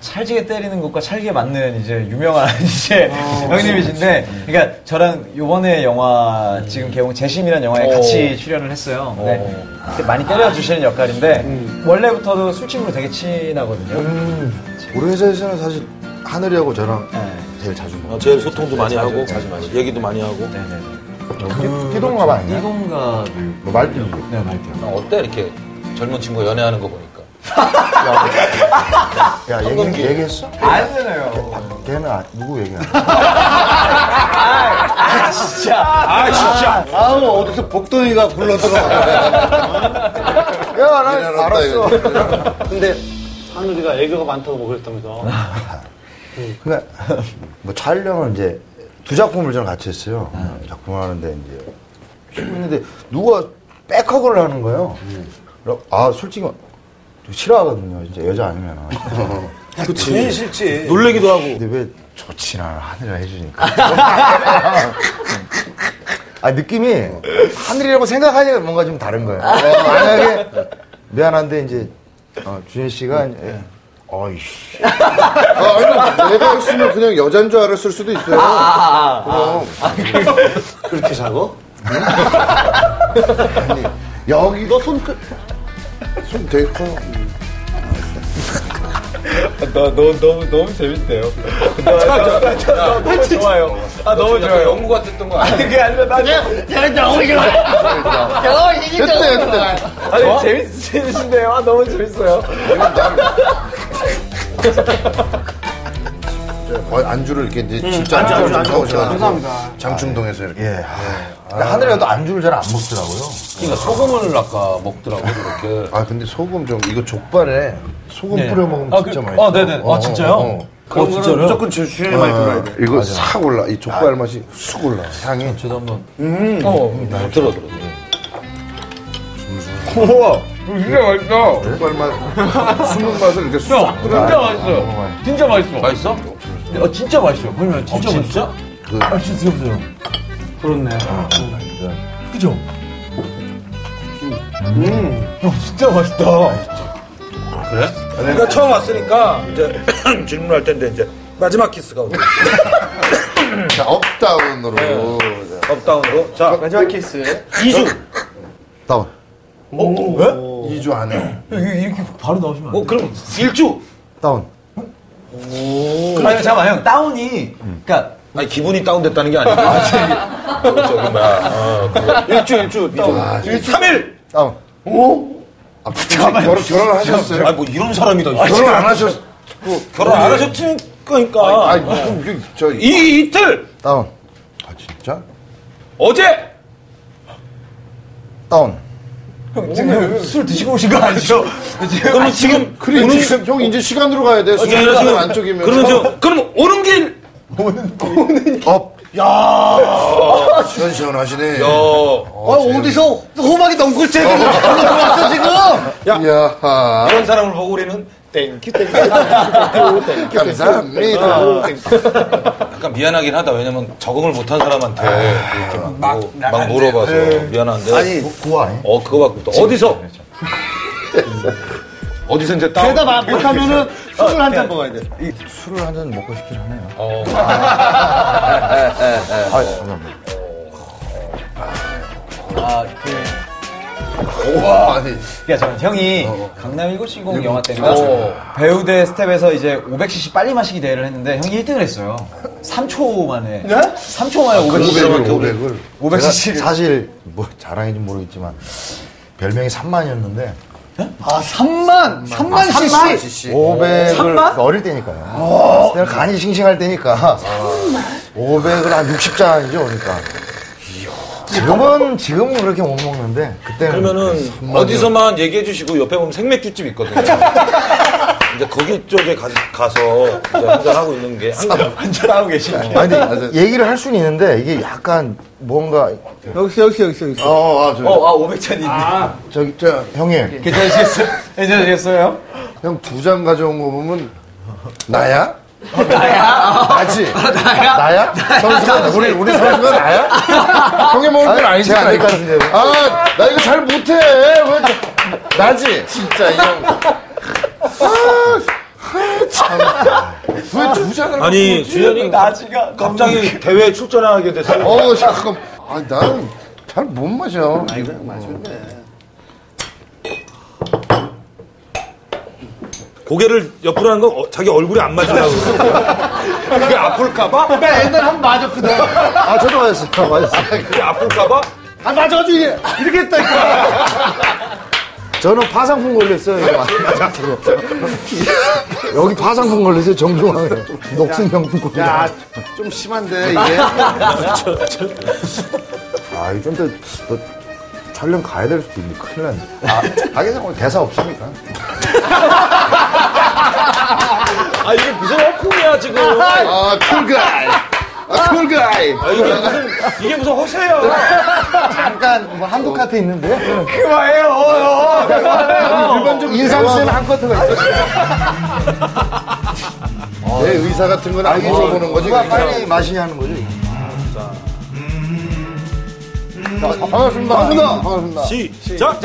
Speaker 1: 찰지게 때리는 것과 찰지게 맞는 이제 유명한 이제 형님이신데, 어, 그러니까 저랑 요번에 영화, 지금 개봉 재심이라는 영화에 같이 출연을 음. 어. 했어요. 음. 근데 그때 많이 때려주시는 역할인데, 원래부터도 술친구로 되게 친하거든요.
Speaker 9: 우리 회사에서는 사실 하늘이하고 저랑
Speaker 1: 네.
Speaker 9: 제일 자주 먹어요.
Speaker 4: 아, 제일 소통도 많이 하고, 얘기도 많이 하고.
Speaker 9: 띠동갑 아니야?
Speaker 1: 띠동갑을.
Speaker 9: 뭐 말띠.
Speaker 1: 네, 말게요.
Speaker 11: 형, 어때 이렇게 젊은 친구 가 연애하는 거 보니까
Speaker 9: 야, 얘기, 얘기했어?
Speaker 1: 아니잖아요.
Speaker 9: 걔는 아, 누구 얘기야?
Speaker 12: 아,
Speaker 2: 아우 어디서 복덩이가 굴러 들어가.
Speaker 9: 야, 나 알았어.
Speaker 10: 근데 하늘이가 애교가 많다고 뭐 그랬다면서.
Speaker 9: 아, 그러니까 뭐 촬영을 이제 두 작품을 저는 같이 했어요.
Speaker 10: 음.
Speaker 9: 작품을 하는데 이제 쉬고 있는데 누가 백허그를 하는 거예요.
Speaker 10: 음.
Speaker 9: 그래서 아 솔직히 좀 싫어하거든요. 이제 여자 아니면.
Speaker 4: 그치. 놀래기도 하고.
Speaker 9: 근데 왜 좋진 않아 하늘이라 해주니까. 아 느낌이 하늘이라고 생각하니까 뭔가 좀 다른 거예요. 어, 만약에 미안한데 이제 어, 주현 씨가 이제, 어이씨.
Speaker 3: 아, 아니, 내가 했으면 그냥 여잔 줄 알았을 수도 있어요.
Speaker 10: 그렇게 자고?
Speaker 9: 여기 너 손.
Speaker 3: 좀 되게 커요.
Speaker 12: 너, 너, 너무, 너무 재밌대요. 좋아요. 아, 너무
Speaker 11: 약간
Speaker 12: 좋아요.
Speaker 11: 연구 같았던 거 아니야?
Speaker 12: 그게 아니라
Speaker 1: 네,
Speaker 12: 나
Speaker 9: 그때 어? 그때.
Speaker 12: 아니, 재밌, 재밌으신데요? 아, 너무 재밌어요.
Speaker 3: 거의 어, 안주를 이렇게
Speaker 11: 네.
Speaker 3: 이제 진짜 안주 안주 안주 감사합니다. 장충동에서 이렇게. 네.
Speaker 9: 예. 하늘이라도 안주를 잘 안 먹더라고요.
Speaker 11: 그러니까 소금을 아까 먹더라고 그렇게. 네.
Speaker 3: 아 근데 소금 좀 이거 족발에 소금 뿌려 먹으면
Speaker 1: 아,
Speaker 3: 진짜
Speaker 1: 그-
Speaker 3: 맛있어.
Speaker 1: 아, 네네. 아, 진짜요?
Speaker 3: 그런 거는
Speaker 10: 무조건 제 주인의 말 들어야 돼.
Speaker 3: 이거 싹 올라. 이
Speaker 9: 아.
Speaker 3: 족발 맛이 쑥 올라. 향이.
Speaker 11: 저도 한번. 음. 어, 들어 들어.
Speaker 3: 음,
Speaker 1: 네?
Speaker 3: 족발 맛. 숨은 맛을 이렇게 쏙 들어.
Speaker 11: 맛있어?
Speaker 1: 어, 진짜 맛있어요. 보면 진짜 맛있어.
Speaker 11: 진짜?
Speaker 1: 아, 진짜 드셔보세요. 아,
Speaker 2: 그렇네.
Speaker 1: 그죠? 음. 어, 진짜 맛있다.
Speaker 4: 그래? 그러니까 처음 왔으니까 이제 질문할 텐데 이제 마지막 키스가 오늘
Speaker 3: 자, 업다운으로.
Speaker 9: 네.
Speaker 3: 자,
Speaker 4: 업다운으로 자
Speaker 10: 마지막 키스.
Speaker 4: 2주
Speaker 3: 다운.
Speaker 1: 왜?
Speaker 3: 2주 안에.
Speaker 1: 이렇게, 이렇게 바로 나오시면 안 돼.
Speaker 4: 어 그럼 1주
Speaker 9: 다운.
Speaker 1: 아니, 잠깐만, 형. 다운이. 그러니까.
Speaker 11: 아니 기분이 다운됐다는 게 아니고 저기 뭐야 어, 그거.
Speaker 10: 일주, 일주.
Speaker 3: 아,
Speaker 4: 3일
Speaker 9: 다운.
Speaker 3: 아, 결혼 결혼하셨어요?
Speaker 9: 네.
Speaker 4: 아뭐 이런 사람이다
Speaker 3: 결혼 안 하셨.
Speaker 4: 결혼 안 하셨으니까
Speaker 3: 아, 무슨 이게 저
Speaker 4: 이 이틀
Speaker 9: 다운.
Speaker 3: 아 진짜?
Speaker 4: 어제
Speaker 9: 다운.
Speaker 1: 지금 술 드시고 오신 거 아니죠?
Speaker 4: 그러면 지금
Speaker 3: 그래
Speaker 4: 오는
Speaker 3: 지금 형 이제 시간 들어가야 돼.
Speaker 4: 어, 지금
Speaker 3: 수준이 안쪽이면.
Speaker 4: 그럼 지금 그럼 오는 길
Speaker 9: 업.
Speaker 3: 시원시원하시네.
Speaker 8: 어,
Speaker 2: 어, 어디서 호박이 넝굴째를 들어왔어 지금?
Speaker 3: 이야, 하.
Speaker 4: 이런 사람을 보고 우리는 땡큐 땡큐
Speaker 3: 감사합니다.
Speaker 4: 약간 미안하긴 하다 왜냐면 적응을 못한 사람한테 이렇게 막, 막, 막 물어봐서 미안한데
Speaker 2: 아니
Speaker 4: 어 그거 갖고 또 어디서
Speaker 8: 어디서 이제 다운
Speaker 2: 네, 대답 안 못하면은 술을 한 잔 먹어야 돼.
Speaker 9: 술을 한 잔 먹고 싶긴 하네요. 아, 예,
Speaker 3: 와, 아니.
Speaker 1: 그러니까 저는 형이 강남 1970 영화 때인가 배우대 스텝에서 이제 500cc 빨리 마시기 대회를 했는데 형이 1등을 했어요. 3초 만에.
Speaker 4: 네?
Speaker 1: 3초 만에 500cc.
Speaker 3: 500을, 500을.
Speaker 1: 500cc 를.
Speaker 9: 사실, 뭐, 자랑인지 모르겠지만, 별명이 3만이었는데,
Speaker 2: 아
Speaker 9: 음.
Speaker 2: 3만
Speaker 9: 아,
Speaker 2: 3만 cc.
Speaker 9: 500을 어릴 때니까요. 그냥 간이 싱싱할 때니까. 500을 한 60잔이죠, 그러니까. 지금은, 지금은 그렇게 못 먹는데, 그때는.
Speaker 4: 그러면은
Speaker 9: 삼만이었-
Speaker 4: 어디서만 얘기해 주시고 옆에 보면 생맥주집 있거든요 이제 거기 쪽에 가, 가서 이제 한잔 하고 있는 게 항상
Speaker 9: 아니, 근데 얘기를 할 수는 있는데, 이게 약간 뭔가,
Speaker 2: 여기서 여기서 여기서 여기서.
Speaker 3: 어, 아, 저,
Speaker 1: 어, 아, 500잔인데.
Speaker 9: 저기, 저, 형님.
Speaker 1: 괜찮으시겠어요? 괜찮으시겠어요?
Speaker 3: 형 두 잔 가져온 거 보면, 나야? 나야? 어, 나지? 나야? 선수가, 우리, 우리 선수가 나야? 형이 먹을 건 아니지.
Speaker 9: 제가
Speaker 3: 이거.
Speaker 9: 안될것 같은데요.
Speaker 3: 아, 나 이거 잘 못해. 왜, 나- 나지? 진짜, 이 형. 아, 아, 참. 왜 두 잔을
Speaker 4: 아니 주현이
Speaker 1: 나지가.
Speaker 4: 갑자기 대회에 출전하게 돼서
Speaker 3: 어 잠깐. 아 나는 잘 못 마셔. 아이고
Speaker 4: 고개를 옆으로 하는 건 어, 자기 얼굴이 안 맞으려고 그게 아플까봐?
Speaker 2: 나 옛날 한번 맞았거든.
Speaker 9: 아, 저도 맞았어요. 맞았어요.
Speaker 4: 그게 아플까봐?
Speaker 2: 아 맞아가지고 이게 이렇게 했다니까.
Speaker 9: 저는 파상풍 걸렸어요. 이거 맞았어요. 여기 파상풍 걸렸어요. 정중앙에. 녹슨 명품 걸렸어요.
Speaker 3: 좀 심한데 이게.
Speaker 9: 아, 이거 좀 더, 너 촬영 가야 될 수도 있는데 큰일 났네. 아, 하긴 오늘 대사 없으니까.
Speaker 4: 아 이게 무슨 허풍이야 지금
Speaker 3: 아 쿨가이. 아 쿨가이.
Speaker 4: 아, 이게 무슨 이게 무슨 허세야
Speaker 9: 잠깐, 뭐, 한국 카페 있는데?
Speaker 4: 어,
Speaker 3: 일반적
Speaker 9: 인상 쓰는 한 커트가 있어.
Speaker 3: 내 의사 같은 건 알고 물어보는 거지.
Speaker 9: 아, 누가 빨리 마시냐 하는 거죠. 이거.
Speaker 3: 반갑습니다. 반갑습니다. 반갑습니다.
Speaker 4: 시작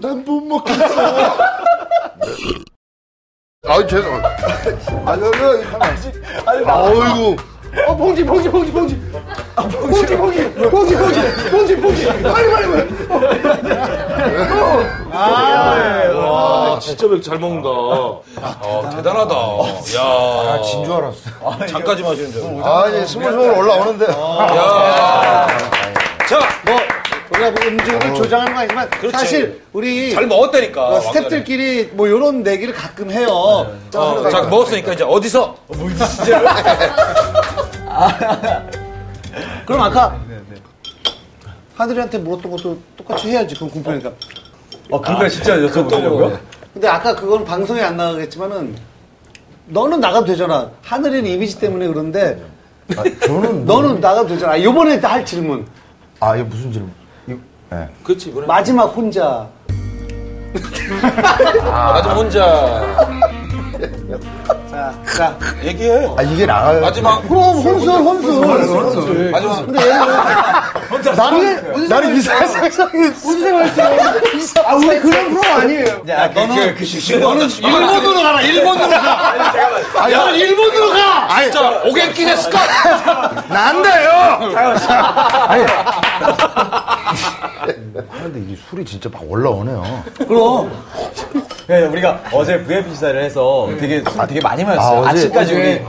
Speaker 3: 난못 먹겠어. 아 죄송. 아 저는 아직 어이구.
Speaker 2: 어 봉지 봉지 봉지 봉지. 아, 봉지 봉지 봉지 봉지 봉지 봉지. 빨리 빨리 빨리.
Speaker 4: 아, 진짜 맥주 잘 먹는다. 아, 대단하다. 야,
Speaker 9: 진줄 알았어.
Speaker 4: 잠까지 마시는 줄. 알고.
Speaker 9: 아, 이제 스물스물 올라오는데.
Speaker 4: 자, 뭐,
Speaker 2: 우리가 뭐 음주를 조장하는 건 아니지만 사실 우리
Speaker 4: 잘 먹었다니까.
Speaker 2: 어, 스태프들끼리 뭐 이런 내기를 가끔 해요.
Speaker 4: 어, 자, 먹었으니까 이제 어디서?
Speaker 2: 그럼 아까 하늘이한테 물었던 것도 똑같이 해야지. 그건 공평이니까.
Speaker 1: 어, 근데 진짜 여쭤보려고요?
Speaker 2: 근데 아까 그건 방송에 안 나가겠지만은 너는 나가도 되잖아. 하늘이는 이미지 때문에 그런데 아,
Speaker 9: 저는.
Speaker 2: 너는 뭐 나가도 되잖아. 요번에 할 질문.
Speaker 9: 아, 이거 무슨 질문?
Speaker 4: 그렇지, 이번에.
Speaker 2: 마지막 혼자.
Speaker 4: 마지막 혼자
Speaker 2: 자, 자.
Speaker 4: 얘기해.
Speaker 9: 아, 이게 나가요.
Speaker 4: 마지막.
Speaker 2: 그럼 혼술, 혼술.
Speaker 4: 마지막.
Speaker 2: 근데 얘는 나는 나는 이상한 상상이 무슨 생각했어요? 아, 우리 그런 프로 아니에요.
Speaker 1: 야, 너는 그, 그,
Speaker 4: 너는 일본으로 가라, 일본으로 가! 아, 야, 일본으로 가! 아니, 진짜, 오겐키 데스까?
Speaker 9: 근데 이게 술이 진짜 막 올라오네요.
Speaker 2: 그럼
Speaker 1: 그, 우리가 어제 VIP 시사를 해서 되게 술 되게 많이 마셨어요.
Speaker 9: 아, 어제-
Speaker 1: 아, 침까지 우리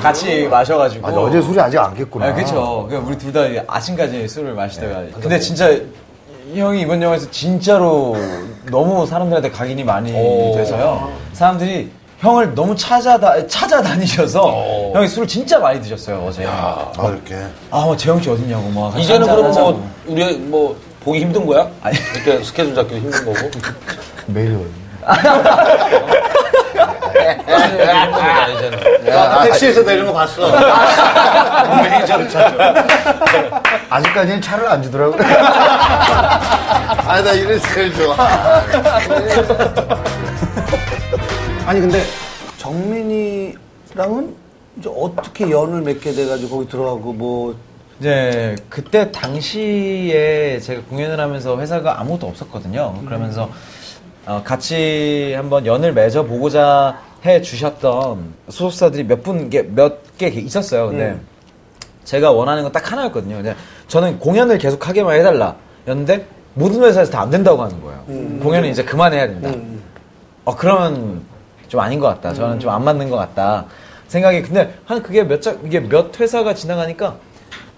Speaker 1: 같이 마셔가지고.
Speaker 9: 맞아, 어제 술이 아직 안 깼구나.
Speaker 1: 아, 그쵸. 그러니까 우리 둘 다 아침까지 술을 마시다가.
Speaker 4: 네.
Speaker 1: 근데 진짜 이 형이 이번 영화에서 진짜로 너무 사람들한테 각인이 많이 돼서요. 사람들이 형을 너무 찾아다 찾아다니셔서 형이 술을 진짜 많이 드셨어요 어제.
Speaker 3: 아, 이렇게.
Speaker 1: 아 재영 씨 어딨냐고 막 같이
Speaker 4: 이제는
Speaker 1: 한잔
Speaker 4: 그럼
Speaker 1: 하자고.
Speaker 4: 뭐 우리 뭐 보기 힘든 거야? 이렇게 스케줄 잡기도 힘든 거고.
Speaker 9: 매일 올려.
Speaker 4: 아, 이제는.
Speaker 6: 택시에서 내리는 거 봤어.
Speaker 9: 아직까지는 차를 안 주더라고요.
Speaker 3: 아, 나 이런 스타일 좋아.
Speaker 2: 아니 근데 정민이랑은 이제 어떻게 연을 맺게 돼가지고 거기 들어가고 뭐
Speaker 1: 이제 네, 그때 당시에 제가 공연을 하면서 회사가 아무것도 없었거든요. 그러면서 어, 같이 한번 연을 맺어 보고자 해 주셨던 소속사들이 몇 분, 몇 개 있었어요. 근데 제가 원하는 건 딱 하나였거든요. 근데 저는 공연을 계속 하게만 해달라. 였는데 모든 회사에서 다 안 된다고 하는 거예요. 공연은 이제 그만해야 된다. 어, 그러면 좀 아닌 것 같다. 저는 좀 안 맞는 것 같다. 생각이 근데 한 그게 몇 작, 이게 몇 회사가 지나가니까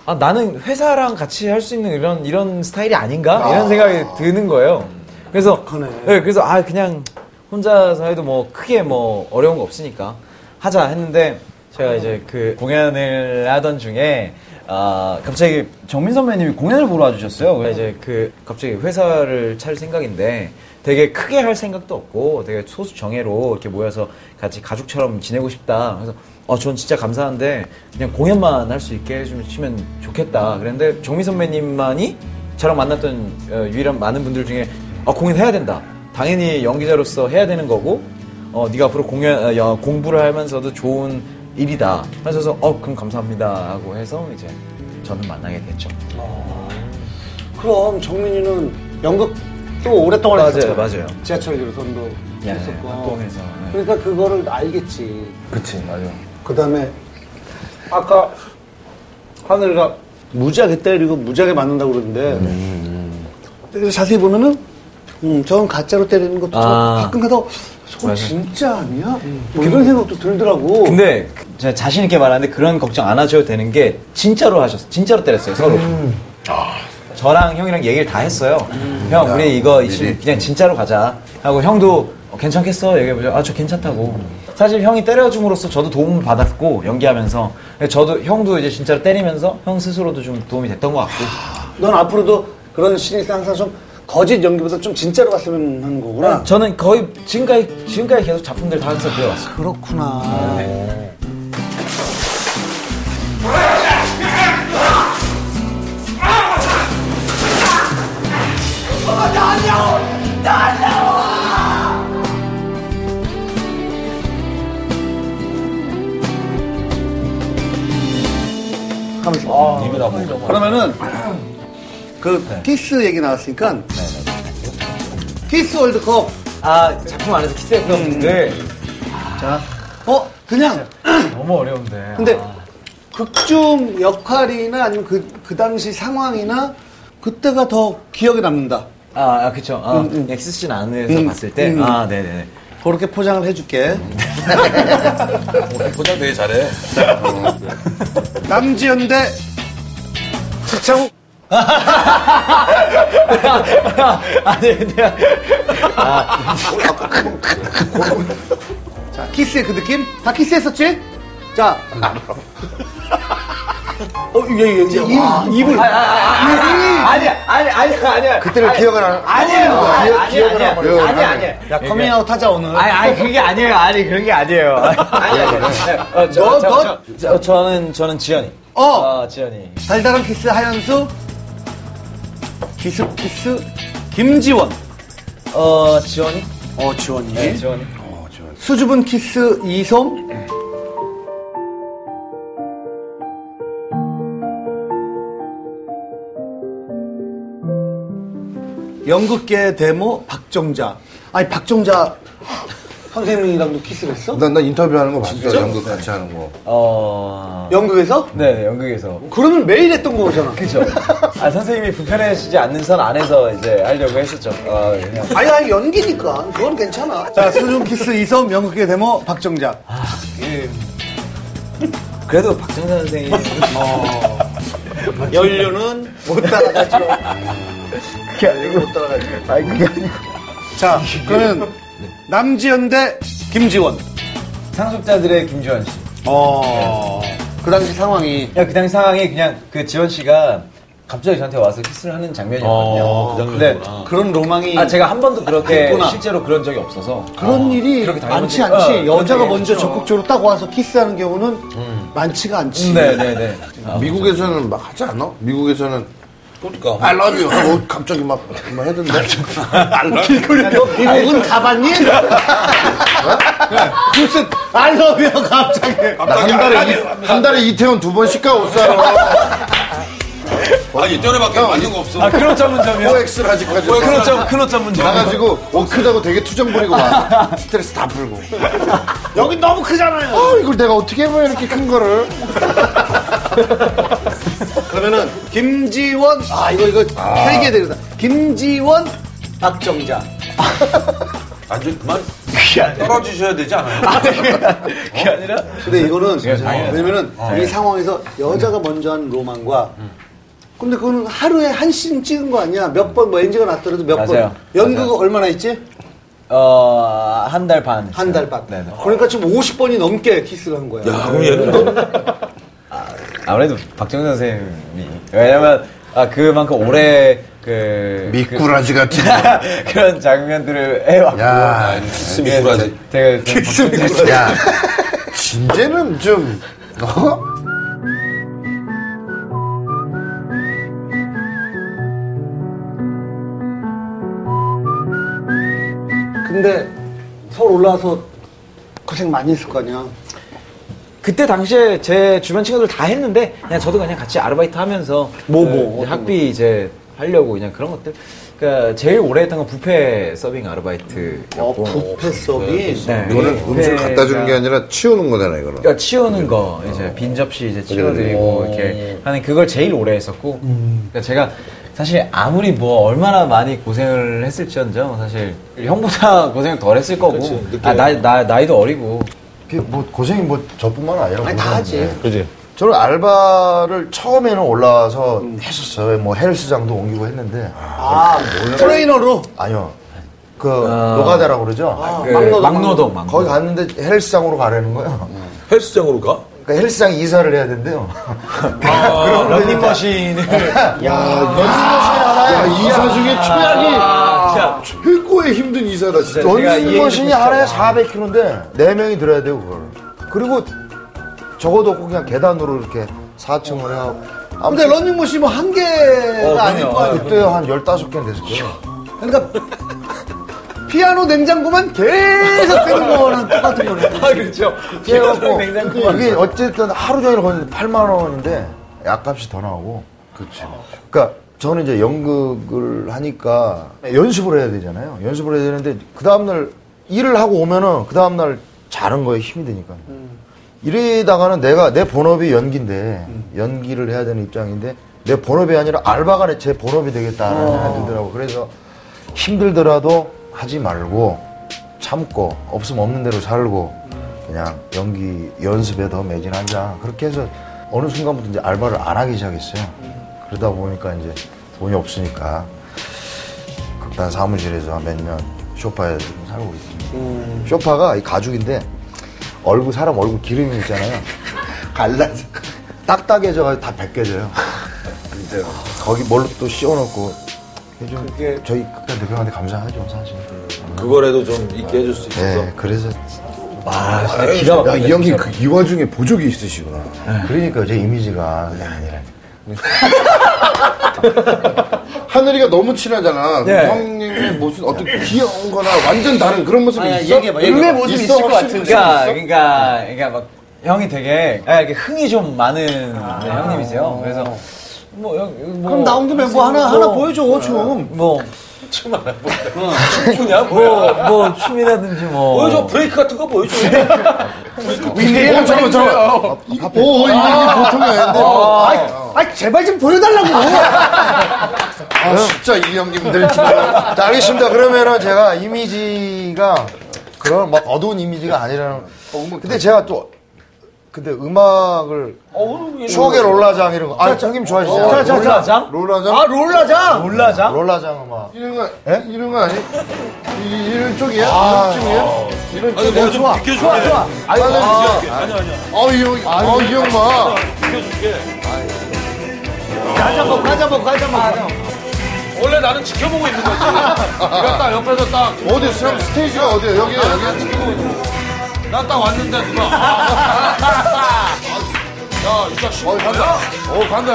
Speaker 1: 아, 나는 회사랑 같이 할 수 있는 이런, 이런 스타일이 아닌가? 이런 생각이 드는 거예요. 그래서, 네, 그래서 아, 그냥 혼자서 해도 뭐 크게 뭐 어려운 거 없으니까 하자 했는데 제가 이제 그 공연을 하던 중에 아, 갑자기 정민 선배님이 공연을 보러 와주셨어요. 그래서 이제 그 갑자기 회사를 차릴 생각인데 되게 크게 할 생각도 없고 되게 소수 정예로 이렇게 모여서 같이 가족처럼 지내고 싶다. 그래서 어, 전 진짜 감사한데 그냥 공연만 할 수 있게 해주시면 좋겠다. 그런데 정민 선배님만이 저랑 만났던 어, 유일한 많은 분들 중에 아, 공연해야 된다. 당연히 연기자로서 해야 되는 거고 어, 네가 앞으로 공연 어, 야, 공부를 하면서도 좋은 일이다. 하셔서 어 그럼 감사합니다 하고 해서 이제 저는 만나게 됐죠.
Speaker 2: 그럼 정민이는 연극 또 오랫동안
Speaker 1: 맞아요,
Speaker 2: 했었잖아.
Speaker 1: 맞아요.
Speaker 2: 지하철 유로선도 했었고.
Speaker 1: 학동에서.
Speaker 2: 그러니까 그거를 알겠지.
Speaker 3: 그치, 맞아.
Speaker 2: 그다음에 아까 하늘이가 무지하게 때리고 무지하게 맞는다고 그러는데
Speaker 1: 음,
Speaker 2: 근데 자세히 보면은 음, 저건 가짜로 때리는 것도
Speaker 1: 아. 음,
Speaker 2: 가끔 가다 어, 저건 진짜 아니야? 뭐 이런 생각도 들더라고.
Speaker 1: 근데 그- 제가 자신 있게 말하는데 그런 걱정 안 하셔도 되는 게 진짜로 하셨어. 진짜로 때렸어요 서로.
Speaker 3: 음. 아.
Speaker 1: 저랑 형이랑 얘기를 다 했어요. 형 우리 이거 지금 그냥 진짜로 가자 하고 형도 어, 괜찮겠어 얘기해보자. 아 저 괜찮다고. 사실 형이 때려줌으로써 저도 도움을 받았고 연기하면서 저도 형도 이제 진짜로 때리면서 형 스스로도 좀 도움이 됐던 것 같고.
Speaker 2: 넌 앞으로도 그런 신이 항상 좀 거짓 연기보다 좀 진짜로 갔으면 하는 거구나.
Speaker 1: 저는 거의 지금까지 지금까지 계속 작품들 다 항상 들어왔어요.
Speaker 2: 그렇구나. 그러면은 그 키스 얘기 나왔으니까 키스 월드컵 음,
Speaker 1: 아 작품 안에서 키스했었는데
Speaker 2: 어 그냥
Speaker 1: 네. 너무 어려운데.
Speaker 2: 근데 극중 역할이나 아니면 그, 그 당시 상황이나 그때가 더 기억에 남는다.
Speaker 1: 아, 아 그쵸. 아, 엑스신 안에서
Speaker 2: 음,
Speaker 1: 봤을 때.
Speaker 2: 음.
Speaker 1: 아 네네네.
Speaker 2: 그렇게 포장을 해줄게.
Speaker 4: 포장 되게 잘해.
Speaker 2: 남지현 대 지창욱.
Speaker 1: 아니 근데
Speaker 2: 자, 키스의 그 느낌? 다 키스했었지? 자. 어, 예, 예, 예. 입, 입을.
Speaker 5: 아니야, 아니야, 아니야, 아니야.
Speaker 9: 그때를 기억을 안
Speaker 5: 아니에요. 아니, 아니야, 아니야.
Speaker 9: 하려고
Speaker 5: 아니,
Speaker 9: 하는
Speaker 5: 아니야.
Speaker 2: 야,
Speaker 1: 예.
Speaker 2: 커밍아웃 하자, 오늘.
Speaker 5: 아니, 아니, 그게 아니에요. 아니, 그런 게 아니에요. 아니, 아니, 아니.
Speaker 2: 너, 너,
Speaker 1: 저, 저는 저는 지연이.
Speaker 2: 어!
Speaker 1: 아 지연이.
Speaker 2: 달달한 키스 하연수. 키스, 키스. 김지원.
Speaker 1: 어 지연이?
Speaker 2: 어, 지원이.
Speaker 1: 지연이.
Speaker 2: 수줍은 키스 이솜. 연극계 데모 박정자. 아니 박정자 선생님이랑도 키스를 했어?
Speaker 3: 나, 나 인터뷰하는 거 봤어. 연극 같이 하는 거.
Speaker 1: 어.
Speaker 2: 연극에서?
Speaker 1: 네 연극에서.
Speaker 2: 그러면 매일 했던 거잖아.
Speaker 1: 그쵸. 아 선생님이 불편해지지 않는 선 안에서 이제 하려고 했었죠. 아 그냥.
Speaker 2: 아니 아니 연기니까 그건 괜찮아. 자 수줍은 키스 이솜 연극계 데모 박정자.
Speaker 1: 예. 그래도 박정선 선생님. 어,
Speaker 2: 연륜은 못 따라가죠. 그게 아니고 못 따라가죠. 아니 그게 아니고. 자 그러면 남지현 대 김지원.
Speaker 1: 상속자들의 김지원 씨. 어.
Speaker 6: 그 당시 상황이
Speaker 1: 야, 그 당시 상황이 그냥 그 지원 씨가 갑자기 저한테 와서 키스를 하는 장면이었거든요. 네,
Speaker 8: 어, 그
Speaker 1: 근데
Speaker 6: 그런 로망이
Speaker 1: 아, 제가 한 번도 그렇게
Speaker 6: 있구나.
Speaker 1: 실제로 그런 적이 없어서.
Speaker 2: 그런 일이
Speaker 1: 그렇게 당해본
Speaker 2: 많지
Speaker 1: 적이-
Speaker 2: 않지.
Speaker 1: 어, 그런
Speaker 2: 여자가
Speaker 1: 적이
Speaker 2: 먼저
Speaker 1: 없죠. 음.
Speaker 2: 적극적으로 딱 와서 키스하는 경우는 많지가 않지.
Speaker 1: 네, 네, 네.
Speaker 3: 미국에서는 막 하지 않아? 미국에서는
Speaker 4: 그러니까.
Speaker 3: I love you 하고 갑자기 막, 막 해던데.
Speaker 6: 미국은
Speaker 1: 그-
Speaker 6: 가봤니?
Speaker 1: 네.
Speaker 6: 무슨 알러뷰 갑자기
Speaker 3: 나 한 달에, 이, 한 달에 이태원 두 번씩 가, 옷사러.
Speaker 8: 아니, 이때밖에 맞는 거
Speaker 4: 아,
Speaker 8: 없어.
Speaker 1: 그런 점은 점이요?
Speaker 3: 코엑스를 아직까지.
Speaker 4: 어,
Speaker 1: 그런 점, 그런 점은 점.
Speaker 3: 나가지고 옷 크다고 되게 투정 부리고 와. 스트레스 다 풀고.
Speaker 6: 여기 너무 크잖아요.
Speaker 3: 어, 이걸 내가 어떻게 해봐요, 이렇게 큰 거를.
Speaker 6: 그러면은 김지원 아 이거 이거 세계 대리다. 김지원 박정자.
Speaker 8: 아주 그만 떨어지셔야 되지 않아요?
Speaker 6: 근데
Speaker 1: 네.
Speaker 6: 이거는 왜냐면은 이 상황에서 여자가 먼저 하는 로망과
Speaker 1: 음.
Speaker 6: 근데 그거는 하루에 한 씬 찍은 거 아니야? 몇 번 뭐 NG가 났더라도 몇 번.
Speaker 1: 맞아요.
Speaker 6: 연극
Speaker 1: 맞아요.
Speaker 6: 얼마나 있지?
Speaker 1: 어, 한 달 반.
Speaker 6: 한 달 반.
Speaker 1: 네, 네.
Speaker 6: 그러니까 지금 50번이 넘게 키스를 한 거야.
Speaker 4: 아, 그럼 얘는 너
Speaker 1: 아무래도 박정현 선생님이. 왜냐면, 아, 그만큼 오래 그.
Speaker 3: 미꾸라지 같은
Speaker 1: 그, 그런 장면들을 해왔고.
Speaker 3: 야,
Speaker 4: 네.
Speaker 8: 키스
Speaker 4: 예,
Speaker 8: 미꾸라지.
Speaker 1: 제가 좀 박정현 선생님-
Speaker 3: 야. 진제는 좀, 어?
Speaker 2: 근데 서울 올라와서 고생 많이 했을 거 아니야. 어,
Speaker 5: 그때 당시에 제 주변 친구들 다 했는데 그냥 저도 그냥 같이 아르바이트 하면서
Speaker 6: 뭐,
Speaker 5: 그
Speaker 6: 뭐,
Speaker 5: 이제
Speaker 6: 어떤
Speaker 5: 학비 이제 하려고 그냥 그런 것들. 그러니까 제일 오래 했던 건 부페 서빙 아르바이트였고.
Speaker 6: 어, 부패 서빙.
Speaker 5: 네.
Speaker 3: 이거는 음식을 갖다 주는 게
Speaker 5: 그러니까
Speaker 3: 아니라 치우는 거잖아, 이거는.
Speaker 5: 그러니까 치우는 거 이제 빈 접시 이제 치워드리고 이렇게 하는 그걸 제일 오래 했었고 그러니까 제가 사실 아무리 뭐 얼마나 많이 고생을 했을지언정 사실 형보다 고생 덜 했을 거고 아, 나이, 나, 나이도 어리고
Speaker 9: 그뭐 고생이 뭐 저뿐만 아니라
Speaker 6: 아니, 다
Speaker 9: 고생인데.
Speaker 6: 하지.
Speaker 4: 예.
Speaker 8: 그지?
Speaker 9: 저는 알바를 처음에는 올라와서 했었어요. 뭐 헬스장도 옮기고 했는데
Speaker 6: 아, 트레이너로.
Speaker 9: 아니요. 그 노가다라고 그러죠.
Speaker 5: 그 막노동 막노동
Speaker 9: 거기 갔는데 헬스장으로 가라는 거예요.
Speaker 4: 헬스장으로 가?
Speaker 9: 그러니까 헬스장 이사를 해야 된대요.
Speaker 5: 아,
Speaker 3: 야, 이사 중에 최악이.
Speaker 9: 아,
Speaker 3: 최고의 힘든 이사다, 진짜.
Speaker 1: 제가 이 얘기를
Speaker 9: 런닝머신이
Speaker 1: 듣고
Speaker 9: 하나에 400kg인데 네명이 들어야 돼요, 그걸. 그리고 적어도 없고 그냥 계단으로 이렇게 4층을 해갖고
Speaker 6: 근데
Speaker 9: 아무튼 어,
Speaker 6: 런닝머신 뭐 한 개가 아닐 거 아니야.
Speaker 9: 그때 한 15개는 됐을 거예요.
Speaker 6: 그러니까 피아노 냉장고만 계속 빼는 거랑 똑같은 거네.
Speaker 5: 그렇죠.
Speaker 9: 예, 뭐. 아, 그래갖고 이게 어쨌든 하루 종일 걸리는데 8만 원인데 약값이 더 나오고. 그렇죠. 그러니까 저는 이제 연극을 하니까 연습을 해야 되잖아요. 연습을 해야 되는데 그 다음날 일을 하고 오면은 그 다음날 자는 거에 힘이 드니까. 이러다가는 내가 내 본업이 연기인데 연기를 해야 되는 입장인데 내 본업이 아니라 알바가 제 본업이 되겠다는 생각이 들더라고. 그래서 힘들더라도 하지 말고 참고 없으면 없는 대로 살고 그냥 연기 연습에 더 매진하자 그렇게 해서 어느 순간부터 이제 알바를 안 하기 시작했어요 그러다 보니까 이제 돈이 없으니까 극단 사무실에서 몇 년 쇼파에 지금 살고 있습니다 쇼파가 이 가죽인데 얼굴 사람 얼굴 기름이 있잖아요 갈라져 딱딱해져가지고 다 벗겨져요 거기 뭘로 또 씌워놓고 그게 좀 저희 극단 대표한테 감사하죠 사실
Speaker 4: 그거라도 좀 있게 해줄 수 있어서.
Speaker 9: 네 그래서 아,
Speaker 3: 야, 이 형님 그, 이 와중에 보조기 있으시구나.
Speaker 9: 그러니까 제 이미지가 그게 아니라
Speaker 3: 하늘이가 너무 친하잖아. 그럼 형님의 모습 어떤 귀여운 거나 완전 다른 그런 모습이
Speaker 6: 아,
Speaker 3: 있어?
Speaker 6: 얘기해봐, 얘기해봐.
Speaker 3: 의
Speaker 6: 모습이
Speaker 3: 있어?
Speaker 6: 있을 것
Speaker 3: 확실히
Speaker 6: 같은데.
Speaker 3: 있어?
Speaker 1: 그러니까, 그러니까, 그러니까 막 형이 되게 아, 이렇게 흥이 좀 많은 네, 형님이세요. 그래서 뭐, 형, 뭐
Speaker 6: 아. 그럼 나온 김에 뭐 하나 하나 보여줘 좀.
Speaker 1: 뭐. 춤 알아보냐? 뭐, 뭐, 춤이라든지 뭐.
Speaker 4: 보여줘, 브레이크 같은 거 보여줘.
Speaker 3: 어, 잠깐만, 잠깐만. 오, 이거, 이거 보통이 아닌데.
Speaker 6: 아 제발 좀 보여달라고.
Speaker 9: 어?
Speaker 3: 아, 진짜 이 형님들 진짜.
Speaker 9: 자, 알겠습니다. 그러면은 제가 어, 이미지가 그런 막 어두운 이미지가 아니라는. 근데 제가 또 근데 음악을 추억의 롤라장 이런 거. 아, 형님 좋아하시죠?
Speaker 1: 어, 롤라장?
Speaker 9: 롤라장?
Speaker 1: 아 롤라장? 롤라장?
Speaker 9: 롤라장 음악.
Speaker 3: 이런 거,
Speaker 9: 예?
Speaker 3: 이런 거 아니? 이, 이런 쪽이야? 이런 쪽이야? 이런
Speaker 13: 아니,
Speaker 3: 쪽.
Speaker 13: 내가 좀 비켜줄게. 좋아, 좋아.
Speaker 9: 아. 아니, 아,
Speaker 13: 아니, 아니.
Speaker 3: 아, 이 형, 아, 이 형 봐.
Speaker 13: 비켜줄게.
Speaker 1: 과자 먹 과자 먹 과자 먹
Speaker 13: 원래 나는 지켜보고 있는 거지. 내가 딱 옆에서 딱 난 딱
Speaker 3: 어디 있어? 스테이지가 어디야? 여기야, 여기야.
Speaker 13: 왔는데 누가. 아, 야, 이따 쉬고 가자.
Speaker 3: 어, 간다, 간다.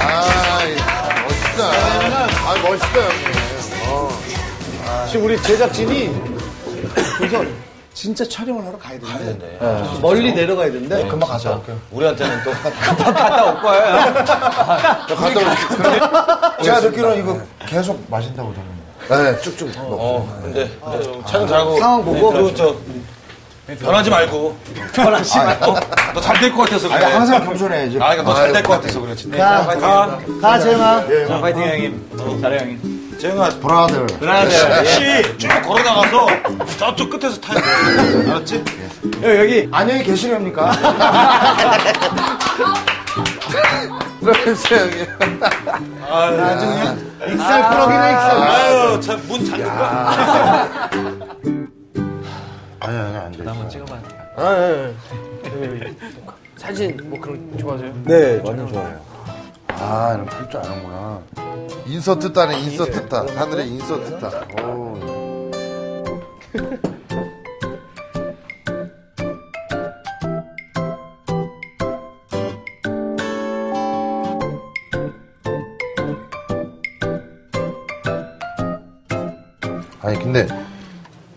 Speaker 3: 아, 멋있다. 아, 멋있다, 형님.
Speaker 2: 지금 우리 제작진이 그래서 진짜 촬영을 하러 가야 되는데 멀리 내려가야 되는데
Speaker 9: 금방 가자.
Speaker 4: 우리한테는 또
Speaker 3: 저 갔다 올게. 그래.
Speaker 9: 제가 듣기로는 이거 계속 마신다고 들었는데.
Speaker 3: 네, 쭉쭉. 먹어.
Speaker 4: 어, 근데 어, 차는 잘하고 네,
Speaker 2: 상황 보고?
Speaker 4: 그리고 저 변하지 말고 변하지 말고 너 잘 될 것 같아서 그래.
Speaker 9: 아니, 항상 겸손해야지.
Speaker 4: 아, 그러니까 너 잘 될 것 같아서 그래. 진짜. 가.
Speaker 2: 가 재마
Speaker 1: 파이팅 형님. 잘해 형님.
Speaker 4: 재영아,
Speaker 9: 브라들.
Speaker 4: 네. 혹시 쭉 걸어 나가서 저쪽 끝에서 타야 돼. 알았지?
Speaker 1: 형 여기
Speaker 9: 안녕히 계시렵니까?
Speaker 3: 들어가세요, 형님.
Speaker 9: 익살꾸러기네, 익살.
Speaker 4: 아유, 참, 문 잠그까?
Speaker 3: 아니, 아니, 안 돼. 한번 찍어봐. 아, 예, 예. 사진 뭐 그런 거 좋아하세요? 네, 완전 좋아해요. 아, 이런 풀줄 아는구나. 인서트 따네, 인서트 따. 하늘에 인서트 따. 오. 아니 근데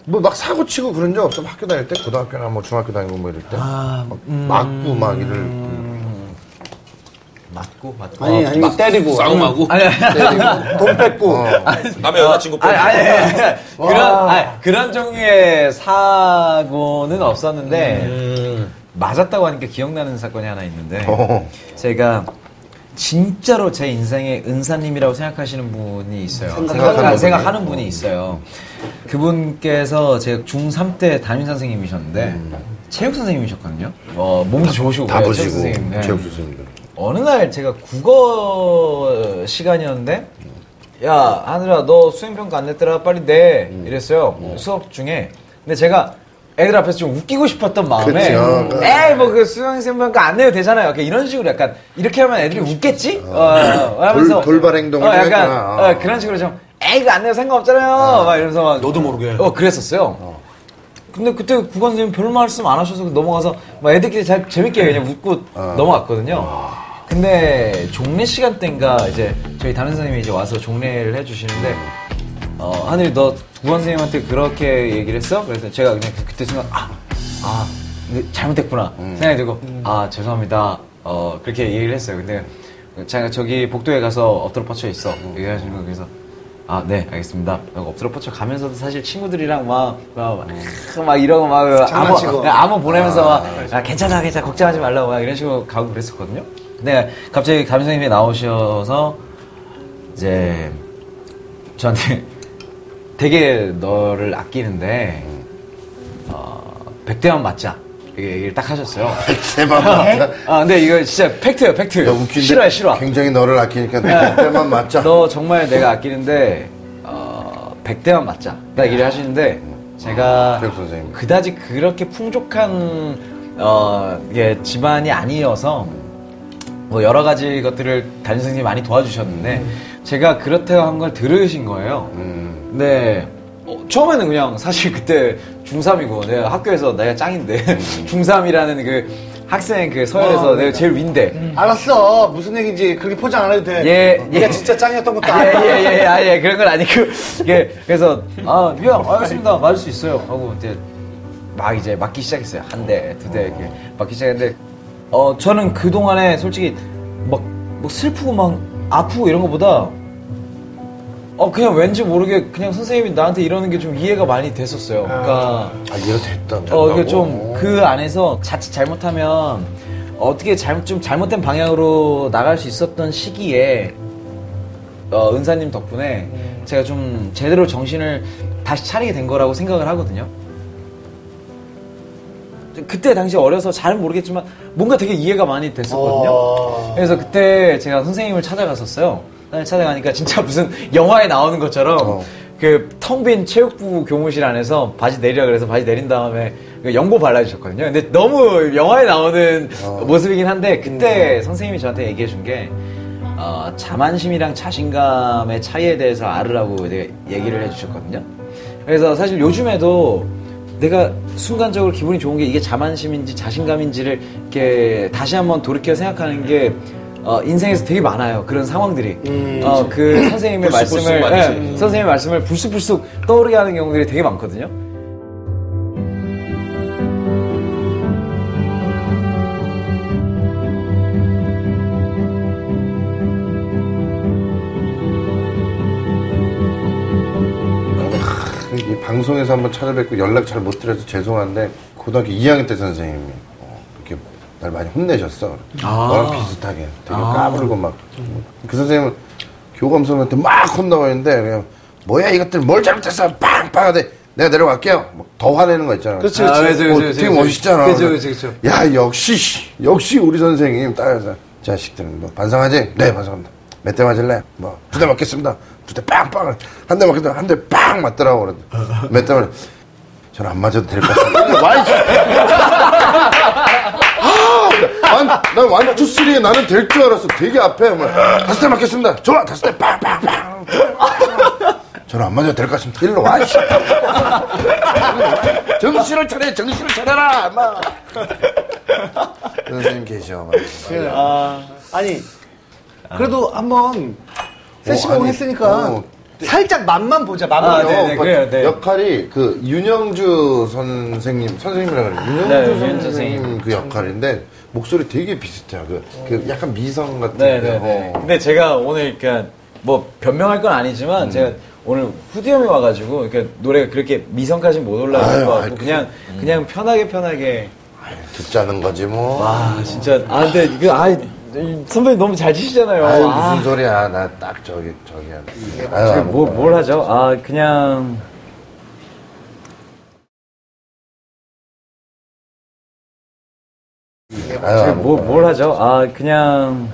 Speaker 3: 뭐 막 사고 치고 그런 적 없어? 학교 다닐 때 고등학교나 뭐 중학교 다니고 뭐 이럴 때
Speaker 1: 아,
Speaker 3: 막,
Speaker 1: 음.
Speaker 3: 맞고 막 이럴
Speaker 1: 맞고 맞고.
Speaker 2: 아니 아니 때리고
Speaker 13: 싸움하고.
Speaker 2: 돈 뺏고
Speaker 13: 남의 여자친구
Speaker 1: 아니,
Speaker 13: 빼고.
Speaker 1: 아니, 아니, 그런, 아니, 그런 종류의 사고는 없었는데, 맞았다고 하니까 기억나는 사건이 하나 있는데,
Speaker 3: 어.
Speaker 1: 제가 진짜로 제 인생의 은사님이라고 생각하시는 분이 있어요.
Speaker 3: 생각하는
Speaker 1: 생각하는,
Speaker 3: 분이.
Speaker 1: 생각하는 분이 있어요. 그분께서 제가 중3 때 담임 선생님이셨는데, 체육 선생님이셨거든요. 어, 몸도 좋으시고,
Speaker 3: 다
Speaker 1: 그래요,
Speaker 3: 보시고
Speaker 1: 체육 선생님. 네.
Speaker 3: 체육 선생님들
Speaker 1: 어느 날 제가 국어 시간이었는데 야 하늘아 너 수행평가 안 냈더라 빨리 내
Speaker 3: 음.
Speaker 1: 이랬어요 수업 중에 근데 제가 애들 앞에서 좀 웃기고 싶었던 마음에
Speaker 3: 그쵸.
Speaker 1: 에이 뭐 그 수행평가 안 내도 되잖아요 이렇게 이런 식으로 약간 이렇게 하면 애들이 웃겠지 어, 어, 하면서
Speaker 3: 그렇죠. 아. 돌- 돌발 행동을
Speaker 1: 어, 약간
Speaker 3: 했구나.
Speaker 1: 어, 그런 식으로 좀 에이 이거 안 내도 상관없잖아요 막 이러면서 막
Speaker 13: 너도 모르게.
Speaker 1: 어 그랬었어요
Speaker 3: 아.
Speaker 1: 근데 그때 국어 선생님 별 말씀 안 하셔서 넘어가서 막 애들끼리 잘 재밌게 그냥 웃고 넘어갔거든요. 근데 종례 시간 때인가 이제 저희 담임 선생님이 이제 와서 종례를 해주시는데 어, 하늘이 너 국어 선생님한테 그렇게 얘기를 했어? 그래서 제가 그냥 그- 그때 순간 아, 아 근데 잘못됐구나 생각이 들고 아 죄송합니다 어 그렇게 얘기를 했어요. 근데 제가 저기 복도에 가서 엎드려 뻗쳐 있어 얘기하시는 거 그래서 아, 네, 알겠습니다. 막 엎드려 뻗쳐 가면서도 사실 친구들이랑 막, 막, 막, 막 이러고 막, 암호, 암호 보내면서 막, 아, 괜찮아, 괜찮아, 걱정하지 말라고 막 이런 식으로 가고 그랬었거든요. 근데 갑자기 담임 선생님이 나오셔서 이제 저한테 되게 너를 아끼는데, 어, 백대만 맞자. 이렇게 얘기를 딱 하셨어요.
Speaker 3: 대박
Speaker 1: 아, 근데 이거 진짜 팩트예요, 팩트.
Speaker 3: 너 웃긴데
Speaker 1: 실화야, 실화.
Speaker 3: 굉장히 너를 아끼니까
Speaker 1: 네.
Speaker 3: 내 때만 맞자
Speaker 1: 너 정말 내가 아끼는데 어, 100대만 맞자 딱 얘기를 하시는데 제가
Speaker 3: 체육 네. 아, 선생님.
Speaker 1: 그다지 그렇게 풍족한 어, 예, 집안이 아니어서 뭐 여러 가지 것들을 담임 선생님이 많이 도와주셨는데
Speaker 3: 음.
Speaker 1: 제가 그렇다고 한 걸 들으신 거예요 네. 어, 처음에는 그냥 사실 그때 중3이고 내가 학교에서 내가 짱인데
Speaker 3: 음.
Speaker 1: 중3이라는 그 학생 그
Speaker 3: 어,
Speaker 1: 서열에서
Speaker 3: 네.
Speaker 1: 내가 제일
Speaker 3: 음.
Speaker 1: 윈데
Speaker 2: 알았어 무슨 얘기인지 그렇게 포장 안 해도 돼
Speaker 1: 예,
Speaker 2: 얘가
Speaker 1: 예.
Speaker 2: 진짜 짱이었던 것도 알아
Speaker 1: 예예예 예, 아, 예, 그런 건 아니고 예 그래서 아 미안 알겠습니다 맞을 수 있어요 하고 이제 막 이제 맞기 시작했어요 한 대 두 대 이렇게 맞기 시작했는데 어 저는 그 동안에 솔직히 막 막 슬프고 막 아프고 이런 것보다 어, 그냥 왠지 모르게 그냥 선생님이 나한테 이러는 게 좀 이해가 많이 됐었어요. 그러니까
Speaker 3: 아, 이해가 됐다.
Speaker 1: 어, 이게 좀 그 안에서 자칫 잘못하면 어떻게 잘못 좀 잘못된 방향으로 나갈 수 있었던 시기에 어, 은사님 덕분에 제가 좀 제대로 정신을 다시 차리게 된 거라고 생각을 하거든요. 그때 당시 어려서 잘 모르겠지만 뭔가 되게 이해가 많이
Speaker 2: 어.
Speaker 1: 됐었거든요. 그래서 그때 제가 선생님을 찾아갔었어요. 선생님 찾아가니까 진짜 무슨 영화에 나오는 것처럼 그 텅 빈 체육부 교무실 안에서 바지 내리라 그래서 바지 내린 다음에 그 연고 발라주셨거든요. 근데 너무 영화에 나오는 모습이긴 한데 그때 선생님이 저한테 얘기해 준게 어, 자만심이랑 자신감의 차이에 대해서 알으라고 이제 얘기를 해주셨거든요. 그래서 사실 요즘에도 내가 순간적으로 기분이 좋은 게 이게 자만심인지 자신감인지를 이렇게 다시 한번 돌이켜 생각하는 게 어, 인생에서 되게 많아요. 그런 상황들이. 어, 그 선생님의
Speaker 14: 불쑥불쑥
Speaker 1: 말씀을,
Speaker 14: 많지.
Speaker 1: 예, 선생님의 말씀을 불쑥불쑥 떠오르게 하는 경우들이 되게 많거든요.
Speaker 3: 이 방송에서 한번 찾아뵙고 연락 잘 못 드려서 죄송한데 고등학교 2학년 때 선생님이 어, 이렇게 날 많이 혼내셨어. 너랑 비슷하게 되게 까불고 막 그 선생님은 교감선한테 막 혼나고 있는데 그냥 뭐야 이것들 뭘 잘못했어 빵빵 하대 내가 내려갈게요 막더 화내는 거 있잖아. 뭐 그렇지,
Speaker 9: 그렇지. 아, 그렇지, 그렇지,
Speaker 3: 되게
Speaker 9: 그렇지.
Speaker 3: 멋있잖아.
Speaker 9: 그렇지, 그렇지, 그렇지.
Speaker 3: 야 역시 씨, 역시 우리 선생님 따라서 자식들은 뭐 반성하지? 네 반성합니다. 몇 대 맞을래? 뭐 두 대 맞겠습니다. 두 대 빵빵 한 대 맞겠다 한 대 빵 맞더라고 그러는데 몇대 맞? 저는 안 맞아도 될 것 같습니다. 와이 씨. 난, 난 아, 완, 투, 쓰리 나는 될 줄 알았어. 되게 앞에. 뭐, 다섯 대 맞겠습니다. 좋아, 다섯 대 빵, 빵, 빵. 저는 안 맞아도 될 것 같습니다. 일로 와, 씨. 정신을 차려, 정신을 차려라, 마 선생님 계셔. 막.
Speaker 2: 아니 그래도 한번 세시봉
Speaker 3: 아니,
Speaker 2: 했으니까
Speaker 3: 어.
Speaker 2: 살짝 맛만 보자 맛만
Speaker 1: 아, 네, 네,
Speaker 3: 오빠
Speaker 1: 그래요, 네.
Speaker 3: 역할이 그 윤영주 선생님, 선생님이라 그래요.
Speaker 1: 네,
Speaker 3: 윤영주
Speaker 1: 윤영주
Speaker 3: 선생님 그 역할인데, 목소리 되게 비슷해요. 그, 그 약간 미성 같은.
Speaker 1: 음. 네네.
Speaker 3: 거.
Speaker 1: 네.
Speaker 3: 어.
Speaker 1: 근데 제가 오늘 그러니까 뭐 변명할 건 아니지만 제가 오늘 후디염이 와가지고 그러니까 노래가 그렇게 미성까지 못 올라갈
Speaker 3: 아유,
Speaker 1: 것
Speaker 3: 아이,
Speaker 1: 같고 그냥 그냥 편하게 편하게
Speaker 3: 듣자는 거지, 뭐.
Speaker 1: 아 진짜 아 근데 이거 아 선배님 너무 잘 치시잖아요.
Speaker 3: 아유,
Speaker 1: 아,
Speaker 3: 무슨 소리야. 나 딱 저기, 저기야. 아유,
Speaker 1: 제가
Speaker 3: 아무것도
Speaker 1: 뭐, 뭘 하죠? 아 그냥 제가 뭐, 뭘 하죠? 아 그냥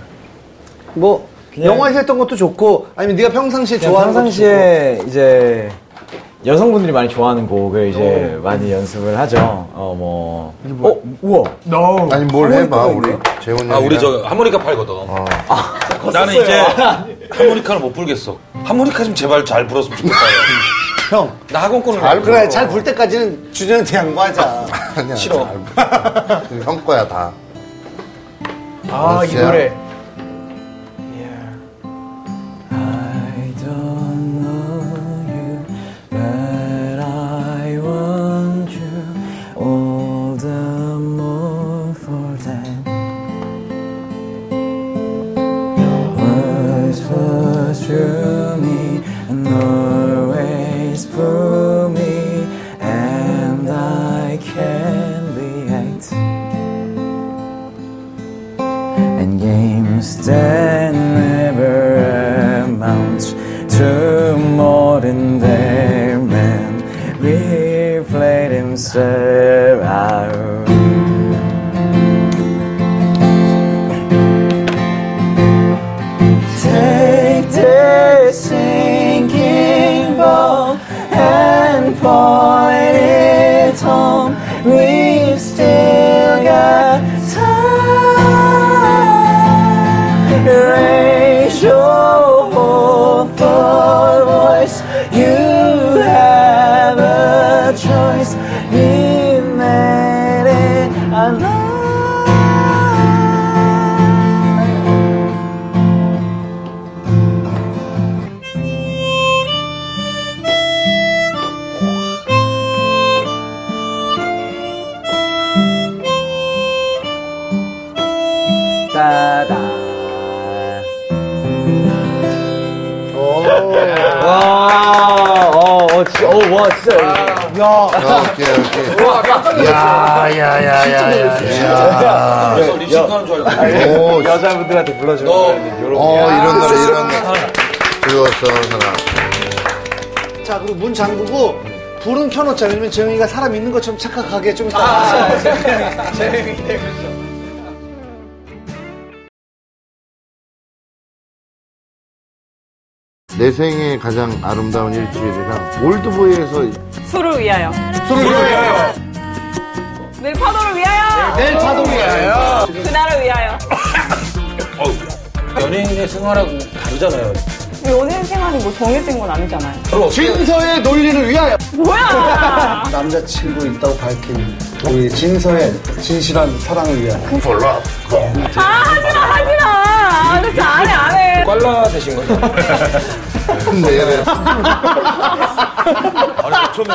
Speaker 2: 뭐
Speaker 1: 그냥-
Speaker 2: 영화에서 했던 것도 좋고 아니면 네가 평상시에
Speaker 1: 좋아
Speaker 2: 좋아하는 것도 좋고.
Speaker 1: 평상시에 이제 여성분들이 많이 좋아하는 곡을 이제 많이 연습을 하죠. 어 뭐. 어 우와.
Speaker 3: 아니 뭘 해봐 우리 재훈 형.
Speaker 4: 아, 우리 저 하모니카 팔거든. 아. 나는 이제 하모니카를 못 불겠어. 하모니카 좀 제발 잘 불었으면 좋겠다.
Speaker 2: 형
Speaker 4: 나 학원 끊을
Speaker 3: 잘 불어.
Speaker 2: 아, 그래 잘 볼 때까지는 준현한테 양보하자
Speaker 3: 아니야,
Speaker 4: 싫어.
Speaker 3: 잘- 형 거야 다.
Speaker 1: 아, 이
Speaker 3: 알았어요.
Speaker 1: 노래. and games that never amount to more than their men reflect themselves out. Take this sinking boat and point it home. We've still got time. Raise your hopeful voice. You have a choice. We made it alive. 따다. 와. 와 진짜
Speaker 3: 어, 오케이, 오케이. 야, 야, 야, 야, 야.
Speaker 4: 그래서 립싱크하는 줄 알고.
Speaker 3: 오,
Speaker 1: 여자분들한테 불러주는 이런
Speaker 3: 어, 이런 노래, 이런 노래. 즐거웠어, 사랑.
Speaker 2: 자, 그리고 문 잠그고 불은 켜놓자. 왜냐면 재영이가 사람 있는 것처럼 착각하게 좀 이따 가서.
Speaker 3: 내 생애 가장 아름다운 일주일이라 올드보이에서
Speaker 1: 네,
Speaker 5: 술을 위하여.
Speaker 3: 술을 위하여
Speaker 5: 늘 파도를 위하여.
Speaker 3: 내일 파동이 위하여
Speaker 5: 그날을 위하여.
Speaker 4: 연예인의 생활하고 다르잖아요.
Speaker 5: 연예인 생활이 뭐 정해진 건 아니잖아요.
Speaker 2: 진서의 논리를 위하여.
Speaker 5: 뭐야!
Speaker 2: 남자친구 있다고 밝힌 우리 진서의 진실한 사랑을 위하여.
Speaker 3: 몰라
Speaker 5: 아, 하지마, 하지마! 아, 진짜 안 해, 안 해.
Speaker 4: 빨라 되신 거죠?
Speaker 3: 내일은
Speaker 4: 아니, 처음에